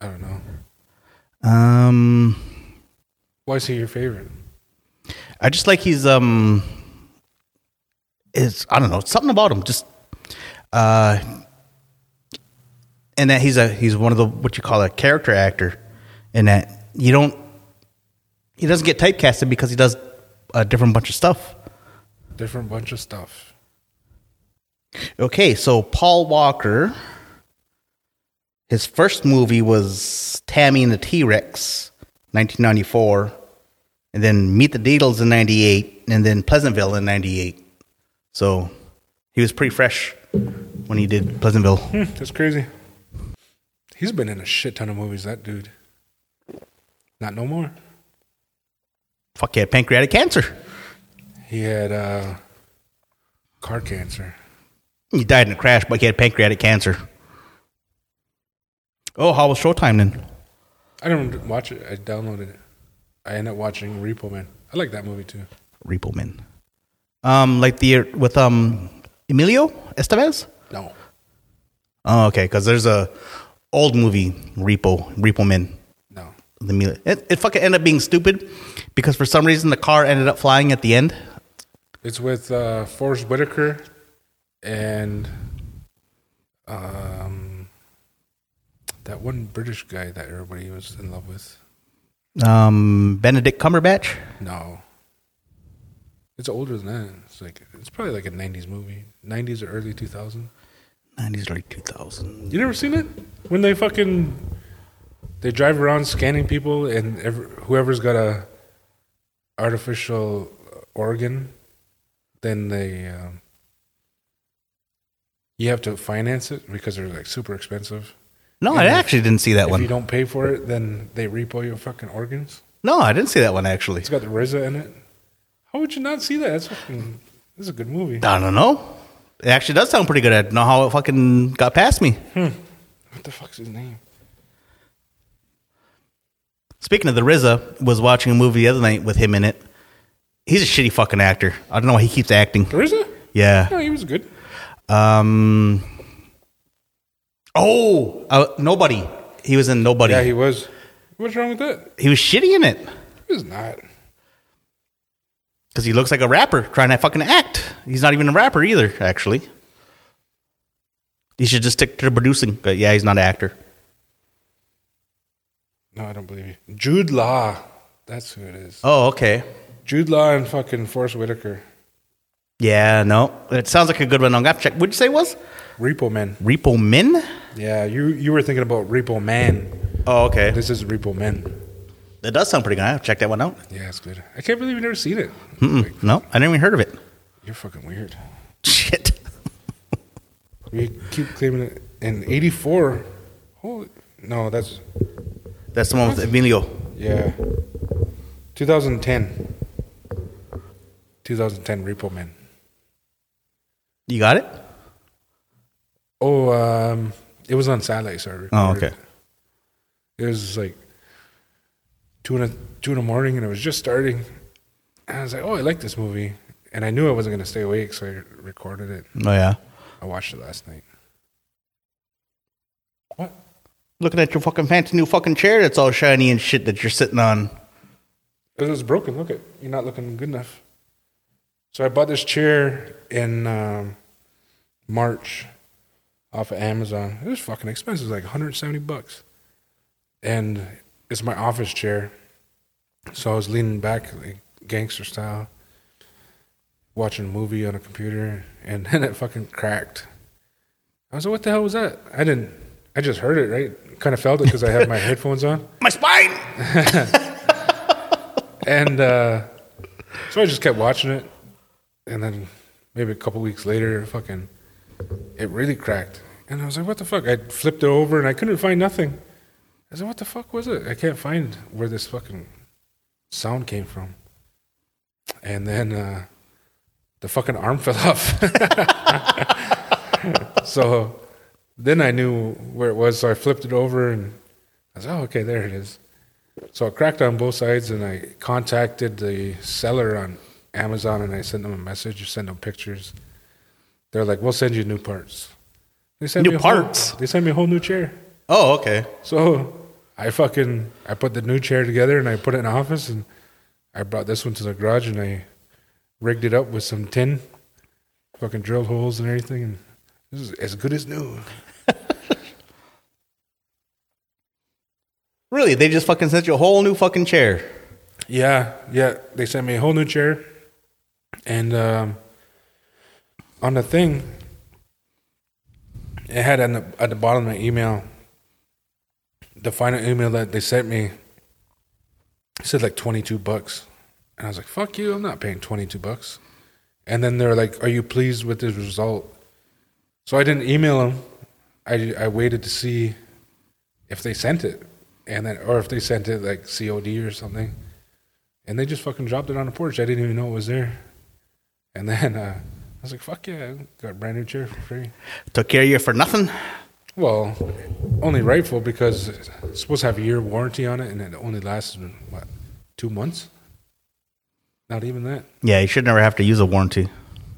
I don't know.
Um,
Why is he your favorite?
I just like he's um is I don't know something about him just uh and that he's a he's one of the what you call a character actor and that you don't he doesn't get typecasted because he does a different bunch of stuff.
Different bunch of stuff.
Okay, so Paul Walker his first movie was Tammy and the T-Rex 1994 and then Meet the Deedles in 98 and then Pleasantville in 98. So he was pretty fresh when he did Pleasantville.
Hmm, that's crazy. He's been in a shit ton of movies, that dude. Not no more.
Fuck yeah, pancreatic cancer.
He had uh car cancer.
He died in a crash, but he had pancreatic cancer. Oh, how was Showtime then?
I didn't watch it. I downloaded it. I ended up watching Repo Man. I like that movie too.
Repo Man. Um, like the with um Emilio Estevez.
No.
Oh, okay. Because there's a old movie Repo Repo Man.
No.
The Emilio. It, it fucking ended up being stupid because for some reason the car ended up flying at the end.
It's with uh Forrest Whitaker and um that one British guy that everybody was in love with.
Um, Benedict Cumberbatch.
No. It's older than that. It's like it's probably like a '90s movie, '90s or early 2000.
nineties, early two thousand.
You never seen it? When they fucking they drive around scanning people and every, whoever's got a artificial organ, then they um, you have to finance it because they're like super expensive.
No, I actually didn't see that
If you
one.
don't pay for it, then they repo your fucking organs.
No, I didn't see that one actually.
It's got the RZA in it. How would you not see that? That's fucking. This is a good movie.
I don't know. It actually does sound pretty good. I don't know how it fucking got past me.
What the fuck's his name?
Speaking of the RZA, was watching a movie the other night with him in it. He's a shitty fucking actor. I don't know why he keeps acting.
The RZA?
Yeah.
No, he was good.
Um. Oh, uh, nobody. He was in Nobody.
Yeah,
he,
he was. What's wrong with that?
was shitty in it
He was not.
because he looks like a rapper trying to fucking act. He's not even a rapper either, actually. He should just stick to producing. But yeah, he's not an actor.
No, I don't believe you. Jude Law. That's who it is.
Oh, okay.
Jude Law and fucking Forrest Whitaker.
Yeah, no. It sounds like a good one. I'm gonna have to check. What'd you say it was?
Repo Man.
Repo Men?
Yeah, you you were thinking about Repo Man.
Oh, okay.
This is Repo Man.
That does sound pretty good. I have to check that one out.
Yeah, it's good. I can't believe you've never seen it. Like,
Mm-mm. No, I never even heard of it.
you're fucking weird.
Shit.
We keep claiming it in '84. Holy no, that's
That's the one with Emilio.
yeah. 2010. 2010 Repo Man.
You got it?
Oh, um, it was on satellite, so I
Oh,
recorded
okay.
it. It was like two in, a, two in the morning, and it was just starting. And I was like, "Oh, I like this movie," and I knew I wasn't gonna stay awake, so I recorded it.
Oh, yeah.
I watched it last night. What?
Looking at your fucking fancy new fucking chair that's all shiny and shit that you're sitting on.
It was broken. Look at you're not looking good enough. So I bought this chair in um, March off of Amazon. It was fucking expensive, it was like 170 bucks. And it's my office chair. So I was leaning back like gangster style, watching a movie on a computer, and then it fucking cracked. I was like, what the hell was that? I didn't I just heard it, right? Kind of felt it because I had my headphones on.
My spine!
and uh, so I just kept watching it, and then maybe a couple weeks later, fucking, it really cracked, and I was like, "What the fuck?" I flipped it over, and I couldn't find nothing. I said, "What the fuck was it?" I can't find where this fucking sound came from. And then uh, the fucking arm fell off. so then I knew where it was, so I flipped it over, and I was, "Oh, okay, there it is." So I cracked on both sides, and I contacted the seller on Amazon, and I sent them a message, sent them pictures. They're like, "We'll send you new parts." They sent
New
me a whole-
parts?
they sent me a whole new chair.
Oh, okay.
So I fucking I put the new chair together and I put it in the office, and I brought this one to the garage and I rigged it up with some tin, fucking drilled holes and everything, and this is as good as new.
Really, they just fucking sent you a whole new fucking chair.
Yeah, yeah. They sent me a whole new chair, and um, on the thing, it had on the, at the bottom of the email, the final email that they sent me. It said like twenty two bucks, and I was like, "Fuck you! I'm not paying twenty two bucks." And then they're like, "Are you pleased with this result?" So I didn't email them. I I waited to see if they sent it, and then or if they sent it like COD or something and they just fucking dropped it on the porch. I didn't even know it was there. And then uh, I was like, "Fuck yeah, got a brand new chair for free."
Took care of you for nothing.
Well, only rightful because it's supposed to have a year warranty on it, and it only lasted what two months? Not even that.
Yeah, you should never have to use a warranty.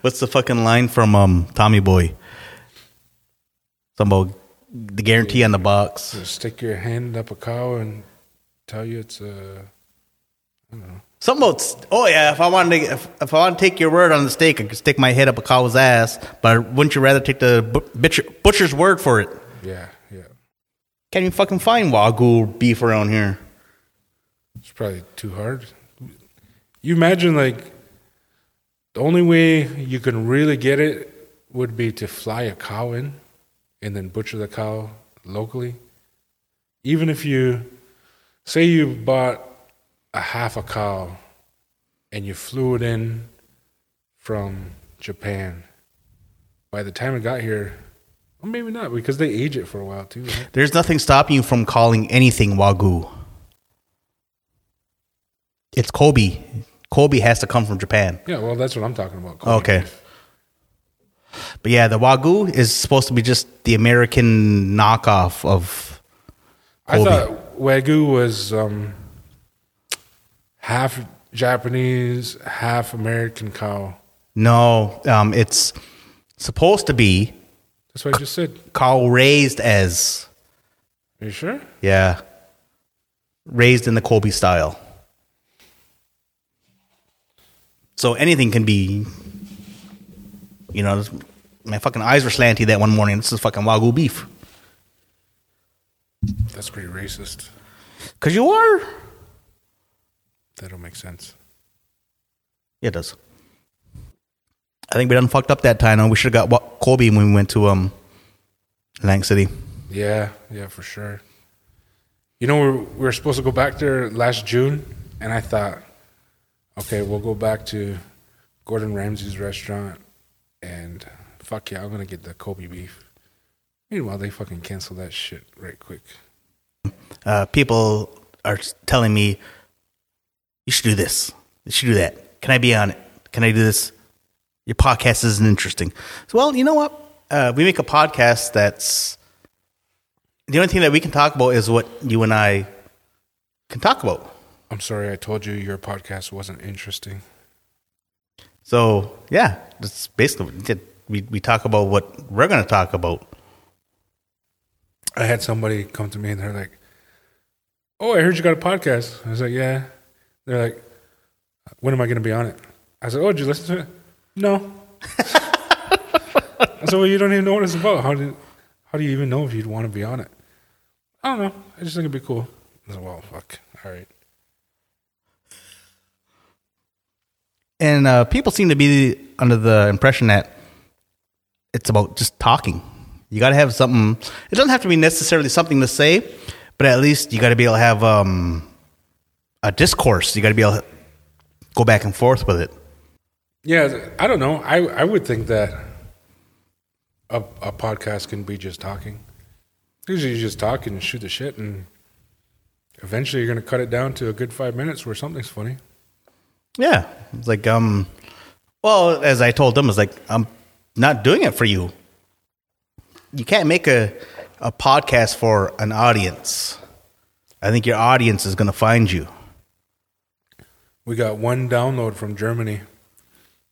What's the fucking line from um, Tommy Boy? Something about the guarantee on the box.
So stick your hand up a cow and tell you it's uh, a. I don't know.
Something about s- oh yeah, if I wanted to, if, if I want to take your word on the steak, I could stick my head up a cow's ass. But wouldn't you rather take the bu- butcher, butcher's word for it?
Yeah, yeah.
Can't even fucking find wagyu beef around here.
It's probably too hard. You imagine like the only way you can really get it would be to fly a cow in and then butcher the cow locally. Even if you say you bought a half a cow and you flew it in from Japan, by the time it got here, well, maybe not because they age it for a while too. right?
There's nothing stopping you from calling anything wagyu. It's Kobe. Kobe has to come from Japan.
Yeah, well, that's what I'm talking about. Cody.
Okay. But yeah, the wagyu is supposed to be just the American knockoff of
I
Kobe.
thought Wagyu was um, half Japanese, half American cow.
no, um, it's supposed to be
That's what I just said.
cow raised as
Are you sure?
yeah, raised in the Kobe style. So anything can be, you know, this- my fucking eyes were slanty that one morning. This is fucking wagyu beef.
That's pretty racist.
Cause you are.
That don't make sense.
Yeah, it does. I think we done fucked up that time. and We should have got wa- Kobe when we went to um, Atlantic City.
Yeah, yeah, for sure. You know, we were, we were supposed to go back there last June, and I thought, okay, we'll go back to Gordon Ramsay's restaurant, and fuck yeah, I'm gonna get the Kobe beef. Meanwhile, they fucking cancel that shit right quick.
Uh, people are s- telling me, you should do this. You should do that. Can I be on it? Can I do this? Your podcast isn't interesting. So, well, you know what? Uh, we make a podcast that's the only thing that we can talk about is what you and I can talk about.
I'm sorry, I told you your podcast wasn't interesting.
So yeah, that's basically what we did. we we talk about what we're going to talk about.
I had somebody come to me and they're like, "Oh, I heard you got a podcast." I was like, "Yeah." They're like, "When am I going to be on it?" I said, "Oh, did you listen to it?" No. I said, "Well, you don't even know what it's about. How do how do you even know if you'd want to be on it?" I don't know. I just think it'd be cool. I said, "Well, fuck. All right."
And uh, people seem to be under the impression that it's about just talking. You got to have something. It doesn't have to be necessarily something to say, but at least you got to be able to have um, a discourse. You got to be able to go back and forth with it.
Yeah, I don't know. I I would think that a a podcast can be just talking. Usually, you just talk and shoot the shit, and eventually, you're gonna cut it down to a good five minutes where something's funny.
Yeah, it's like um, well, as I told them, it's like I'm not doing it for you. You can't make a a podcast for an audience. I think your audience is going to find you.
We got one download from Germany.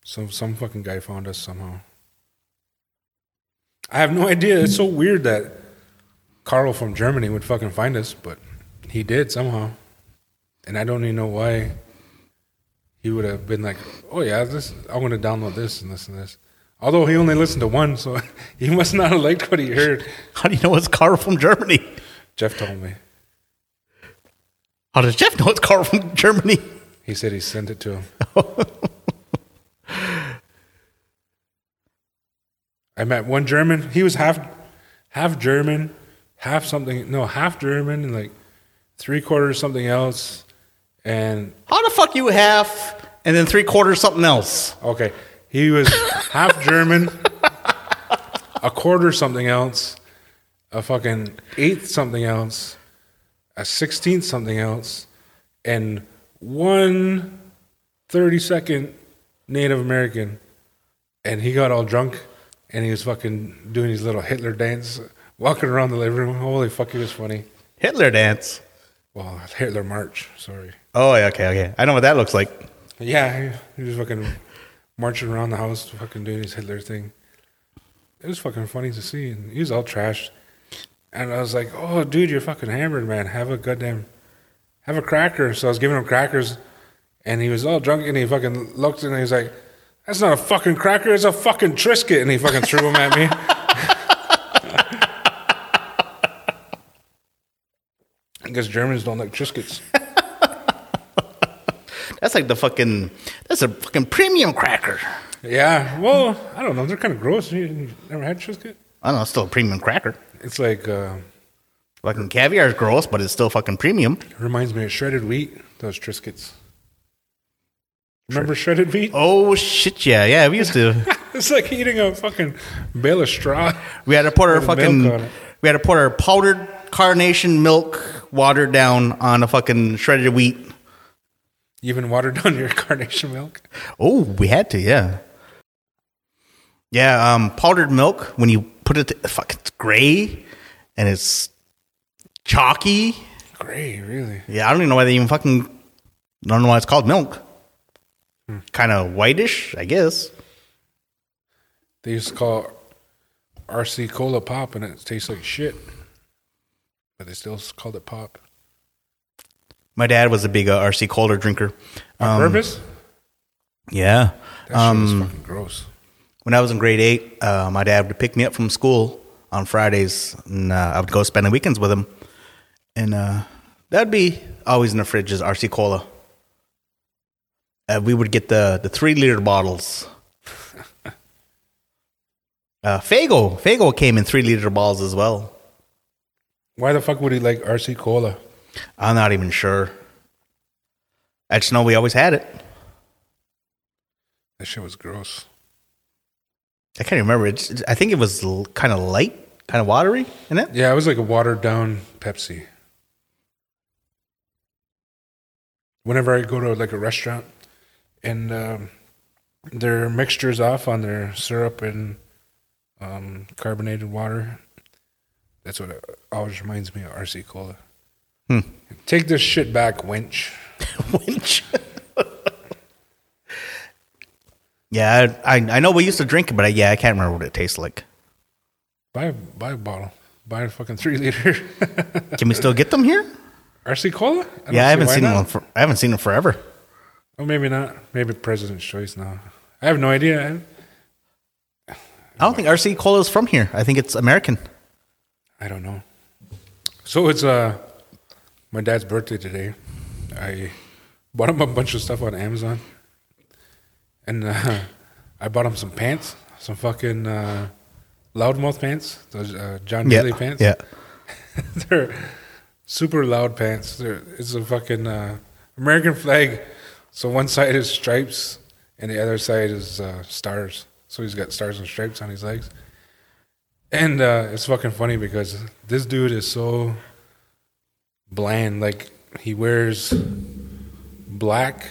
Some some fucking guy found us somehow. I have no idea. It's so weird that Carl from Germany would fucking find us, but he did somehow. And I don't even know why he would have been like, "Oh yeah, this I'm going to download this and this and this." Although he only listened to one, so he must not have liked what he heard.
How do you know it's Carl from Germany?
Jeff told me.
How does Jeff know it's Carl from Germany?
He said he sent it to him. I met one German. He was half half German, half something. No, half German and like three quarters something else. And
How the fuck you half and then three quarters something else?
okay, he was half German, a quarter something else, a fucking eighth something else, a sixteenth something else, and one thirty second Native American. And he got all drunk and he was fucking doing his little Hitler dance, walking around the living room. Holy fuck, he was funny.
Hitler dance.
Well, Hitler March, sorry.
Oh, yeah, okay, okay. I know what that looks like.
Yeah, he, he was fucking marching around the house, fucking doing his Hitler thing. It was fucking funny to see, and he was all trashed. And I was like, "Oh, dude, you're fucking hammered, man. Have a goddamn, have a cracker." So I was giving him crackers, and he was all drunk, and he fucking looked, and he was like, "That's not a fucking cracker. It's a fucking Trisket." And he fucking threw them at me. I guess Germans don't like Triscuits.
That's like the fucking. That's a fucking premium cracker.
Yeah, well, I don't know. They're kind of gross. You- You never had Triscuit?
I don't know. It's still a premium cracker.
It's like, uh,
Fucking caviar is gross, but it's still fucking premium.
it reminds me of shredded wheat, those Triscuits. Remember shredded wheat?
Oh shit! Yeah, yeah. We used to.
It's like eating a fucking bale of straw.
We had to put our
With milk
fucking.
on it.
We had to put our powdered carnation milk watered down on a fucking shredded wheat.
You even watered down your carnation milk.
Oh, we had to, yeah. Yeah, um, powdered milk, when you put it, fuck, it's gray and it's chalky.
Great, really.
Yeah, I don't even know why they even fucking, I don't know why it's called milk. Kind of whitish, I guess.
They used to call it RC Cola Pop, and it tastes like shit. But they still called it pop.
My dad was a big uh, RC Cola drinker. Uh,
On purpose?
Yeah.
That shit was fucking gross.
When I was in grade eight, uh, my dad would pick me up from school on Fridays, and uh, I would go spend the weekends with him. And uh, that'd be always in the fridge is RC Cola. Uh, we would get the, the three liter bottles. Uh, Fago, Fago came in three liter bottles as well.
Why the fuck would he like RC Cola?
I'm not even sure. I just know we always had it.
That shit was gross.
I can't remember. It's, I think it was l- kind of light, kind of watery, in it.
Yeah, it was like a watered down Pepsi. Whenever I go to like a restaurant and um, their mixture's off on their syrup and um, carbonated water, that's what it always reminds me of RC Cola.
Hmm.
Take this shit back, wench.
winch. yeah, I, I I know we used to drink it, but I, yeah, I can't remember what it tastes like.
Buy, a- buy a bottle. Buy a fucking three liter
Can we still get them here?
RC Cola? don't
yeah, I
see
haven't
why
seen
not.
one. For, I haven't seen them forever.
Oh, maybe not. Maybe President's Choice now. I have no idea. I-
I don't think RC Cola is from here. I think it's American.
I don't know. So it's uh my dad's birthday today. I bought him a bunch of stuff on Amazon, and uh, I bought him some pants, some fucking uh, loudmouth pants, those uh, John
Yeah,
Daly pants.
yeah.
they're super loud pants. They're, it's a fucking uh, American flag. So one side is stripes, and the other side is uh, stars. So he's got stars and stripes on his legs. And uh, it's fucking funny because this dude is so bland. Like he wears black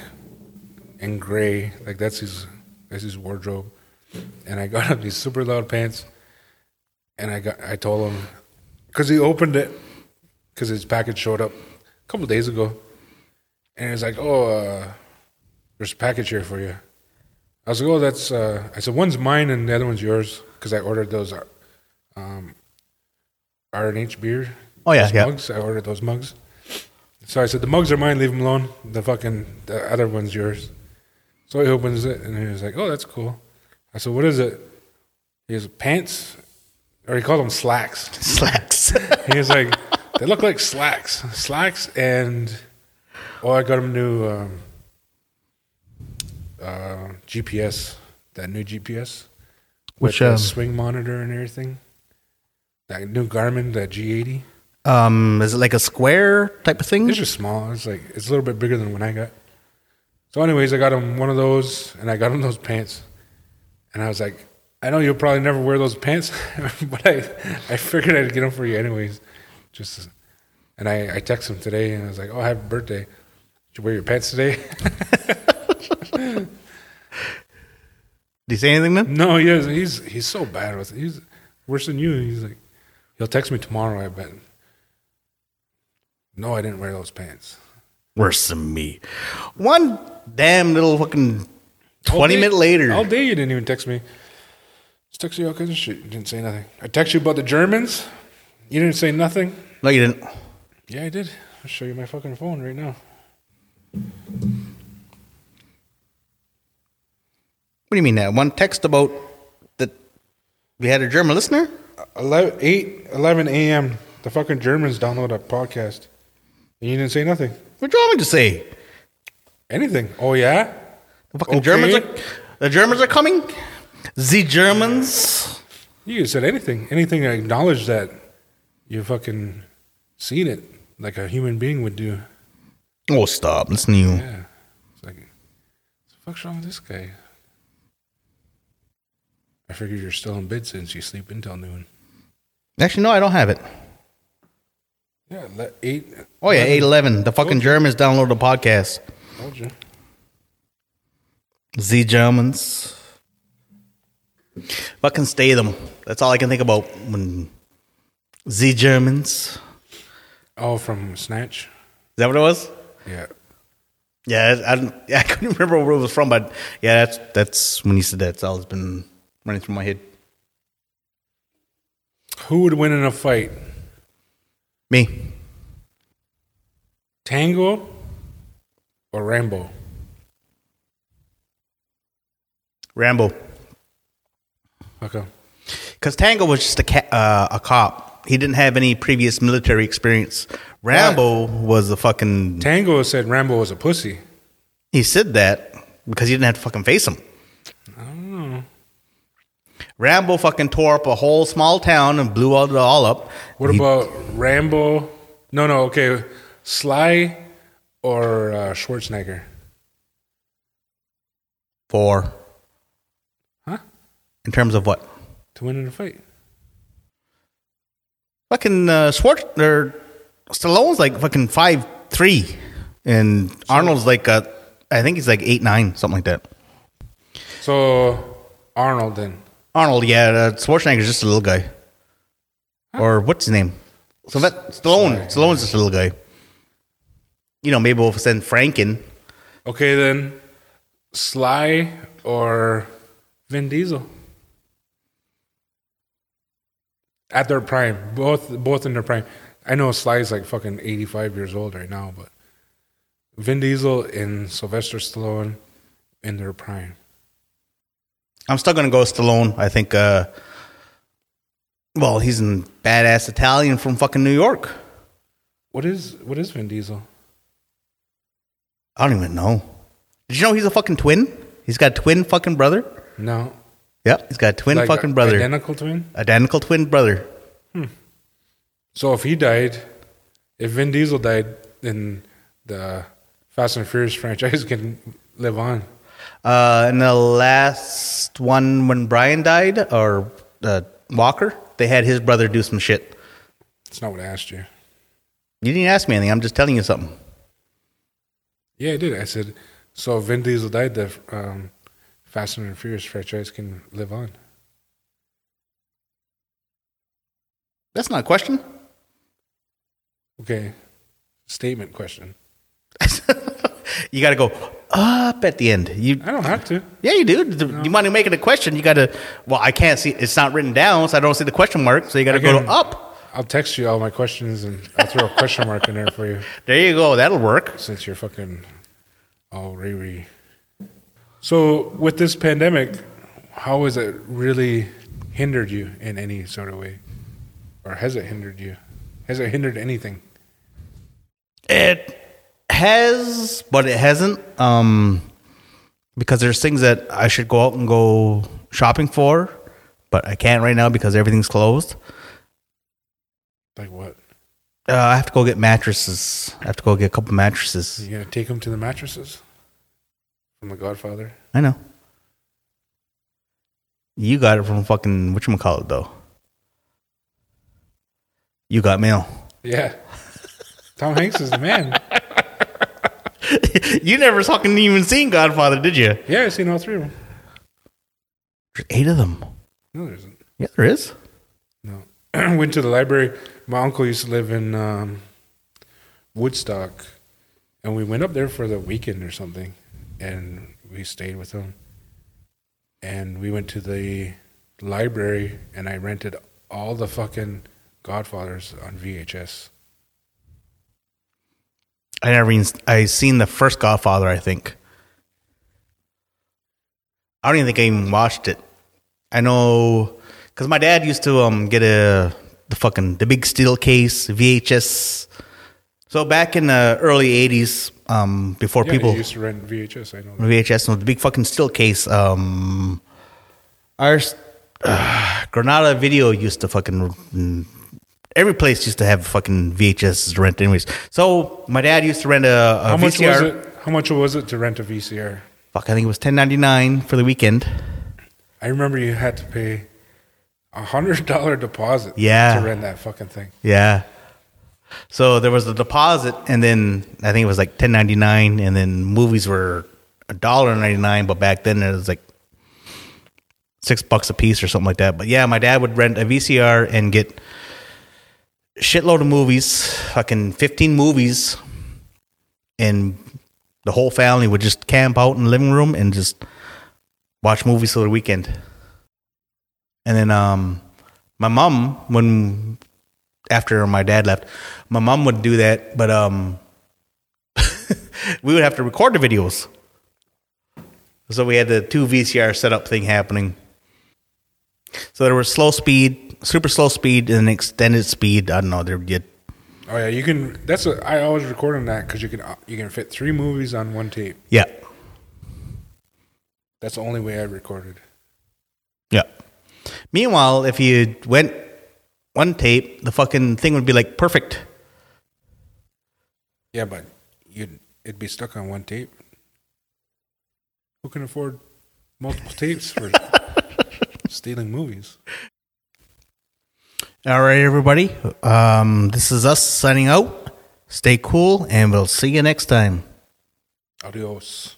and gray. Like that's his that's his wardrobe. And I got him these super loud pants. And I got I told him because he opened it because his package showed up a couple days ago, and he's like, "Oh, uh, there's a package here for you." I was like, "Oh, that's." Uh, I said, "One's mine and the other one's yours because I ordered those." uh, Um, R and H beer.
Oh, yeah,
those
yeah.
Mugs. I ordered those mugs. So I said, "The mugs are mine. Leave them alone. The fucking the other one's yours." So he opens it and he was like, "Oh, that's cool." I said, "What is it?" He has pants, or he called them slacks.
Slacks.
He was like, they look like slacks, slacks, and oh, I got him new um, uh, GPS, that new GPS,
Which
with the
um,
swing monitor and everything. That new Garmin, that G80.
um is it like a square type of thing?
It's just small. It's like it's a little bit bigger than when I got. So, anyways, I got him one of those, and I got him those pants, and I was like, I know you'll probably never wear those pants, but I, I figured I'd get them for you anyways, just. And I, I texted him today, and I was like, Oh, happy birthday! Did you wear your pants today?
Did he say anything then?
no, he is. He's he's so bad with it. He's worse than you. He's like, he'll text me tomorrow. I bet. No, I didn't wear those pants.
Worse than me. One damn little fucking twenty
All day-
minute later.
All day you didn't even text me. Just text you all kinds of shit. You didn't say nothing. I text you about the Germans. You didn't say nothing.
no, you didn't.
Yeah, I did. I'll show you my fucking phone right now.
What do you mean that one text about that we had a German listener?
11, 8, 11 a.m. The fucking Germans download a podcast. And you didn't say nothing.
What do you want me to say?
Anything. Oh, yeah?
The fucking
Okay.
Germans are the Germans are coming. The Germans.
You could've said anything. Anything to acknowledge that you fucking seen it like a human being would do.
Oh, stop! It's new.
Yeah. It's like, what the fuck's wrong with this guy? I figured you're still in bed since you sleep until noon.
Actually, no, I don't have it.
Yeah, le- eight.
Oh yeah, eight eleven. The fucking Germans download the podcast.
Told you.
The Germans. Fucking stay them. That's all I can think about when the Germans. Is
Oh, from Snatch?
that what it was?
Yeah.
Yeah, I, I, don't- I couldn't remember where it was from, but yeah, that's that's when you said that. That's all that's been running through my head.
Who would win in a fight?
Me,
Tango or Rambo?
Rambo,
Okay.
because Tango was just a ca- uh, a cop. He didn't have any previous military experience. Rambo was a fucking.
Tango said Rambo was a pussy.
He said that because he didn't have to fucking face him.
I don't know.
Rambo fucking tore up a whole small town and blew all it all up.
What about Rambo? No, no, okay. Sly or uh, Schwarzenegger?
For
Huh?
in terms of what?
To win in a fight.
Fucking uh, Schwartz or Stallone's like fucking five three, and Arnold's like uh, I think he's like eight nine something like that.
So, Arnold then.
Arnold, yeah, uh, Schwarzenegger's just a little guy, or what's his name? So that Stallone, Stallone's just a little guy. You know, maybe we'll send Frank in.
Okay, then. Sly or Vin Diesel? At their prime. Both both in their prime. I know Sly's like fucking 85 years old right now, but Vin Diesel and Sylvester Stallone in their prime.
I'm still gonna go Stallone. I think. uh Well, he's a badass Italian from fucking New York.
What is what is Vin Diesel?
I don't even know. Did you know he's a fucking twin? He's got a twin fucking brother.
No.
Yep, he's got a twin
Like,
fucking brother.
Identical twin?
Identical twin brother.
So if he died, if Vin Diesel died, then the Fast and Furious franchise can live on.
Uh, in the last one, when Brian died or uh, Walker, they had his brother do some shit.
That's not what I asked you.
You didn't ask me anything. I'm just telling you something.
Yeah, I did. I said, so if Vin Diesel died, the um, Fast and Furious franchise can live on.
That's not a question.
Okay. Statement question.
you got to go up at the end. You
I don't have to.
yeah, you do. The- You want to make it a question? You got to. Well, I can't see. It's not written down, so I don't see the question mark. So you got to
I
go
can-
to up.
I'll text you all my questions and I'll throw a question mark in there for you
There you go. That'll work.
since you're fucking all Riri. So with this pandemic, how has it really hindered you in any sort of way? Or has it hindered you? Has it hindered anything?
It has, but it hasn't. Um, because there's things that I should go out and go shopping for, but I can't right now because everything's closed.
Like what?
Uh, I have to go get mattresses. I have to go get a couple mattresses.
You gonna take them to the mattresses? From The Godfather?
I know. You got it from fucking what you call it though. You got mail.
Yeah. Tom Hanks is the man.
you never fucking even seen Godfather, did you?
Yeah, I've seen all three of them.
There's eight of them.
No, there isn't.
Yeah, there is.
No. Went to the library. My uncle used to live in um, Woodstock, and we went up there for the weekend or something, and we stayed with him. And we went to the library, and I rented all the fucking Godfathers on VHS.
I never even I seen the first Godfather. I think. I don't even think I even watched it. I know because my dad used to um get a the fucking the big steel case VHS. So back in the early '80s, um, before
Yeah,
people
you used to rent VHS. I know. That.
VHS, no, the big fucking steel case. Um, our uh, Granada Video used to fucking. mm, Every place used to have fucking VHS to rent, anyways. So my dad used to rent a, a
How
VCR.
much was it? How much was it to rent a VCR?
Fuck, I think it was ten ninety nine for the weekend.
I remember you had to pay a hundred dollar deposit.
Yeah.
To rent that fucking thing.
Yeah. So there was a deposit, and then I think it was like ten ninety nine, and then movies were a dollar ninety nine, but back then it was like six bucks a piece or something like that. But yeah, my dad would rent a VCR and get shitload of movies, fucking fifteen movies, and the whole family would just camp out in the living room and just watch movies till the weekend. And then um, my mom, when after my dad left, my mom would do that, but um, we would have to record the videos. So we had the two VCR setup thing happening. So there was slow speed, super slow speed, and extended speed. I don't know. There, you,
Oh yeah, you can. That's what I always record on that because you can you can fit three movies on one tape.
yeah,
That's the only way I recorded.
yeah. Meanwhile, if you went one tape, the fucking thing would be like perfect.
Yeah, but you'd it'd be stuck on one tape. Who can afford multiple tapes for stealing movies?
All right, everybody. Um, this is us signing out. Stay cool, and we'll see you next time.
Adios.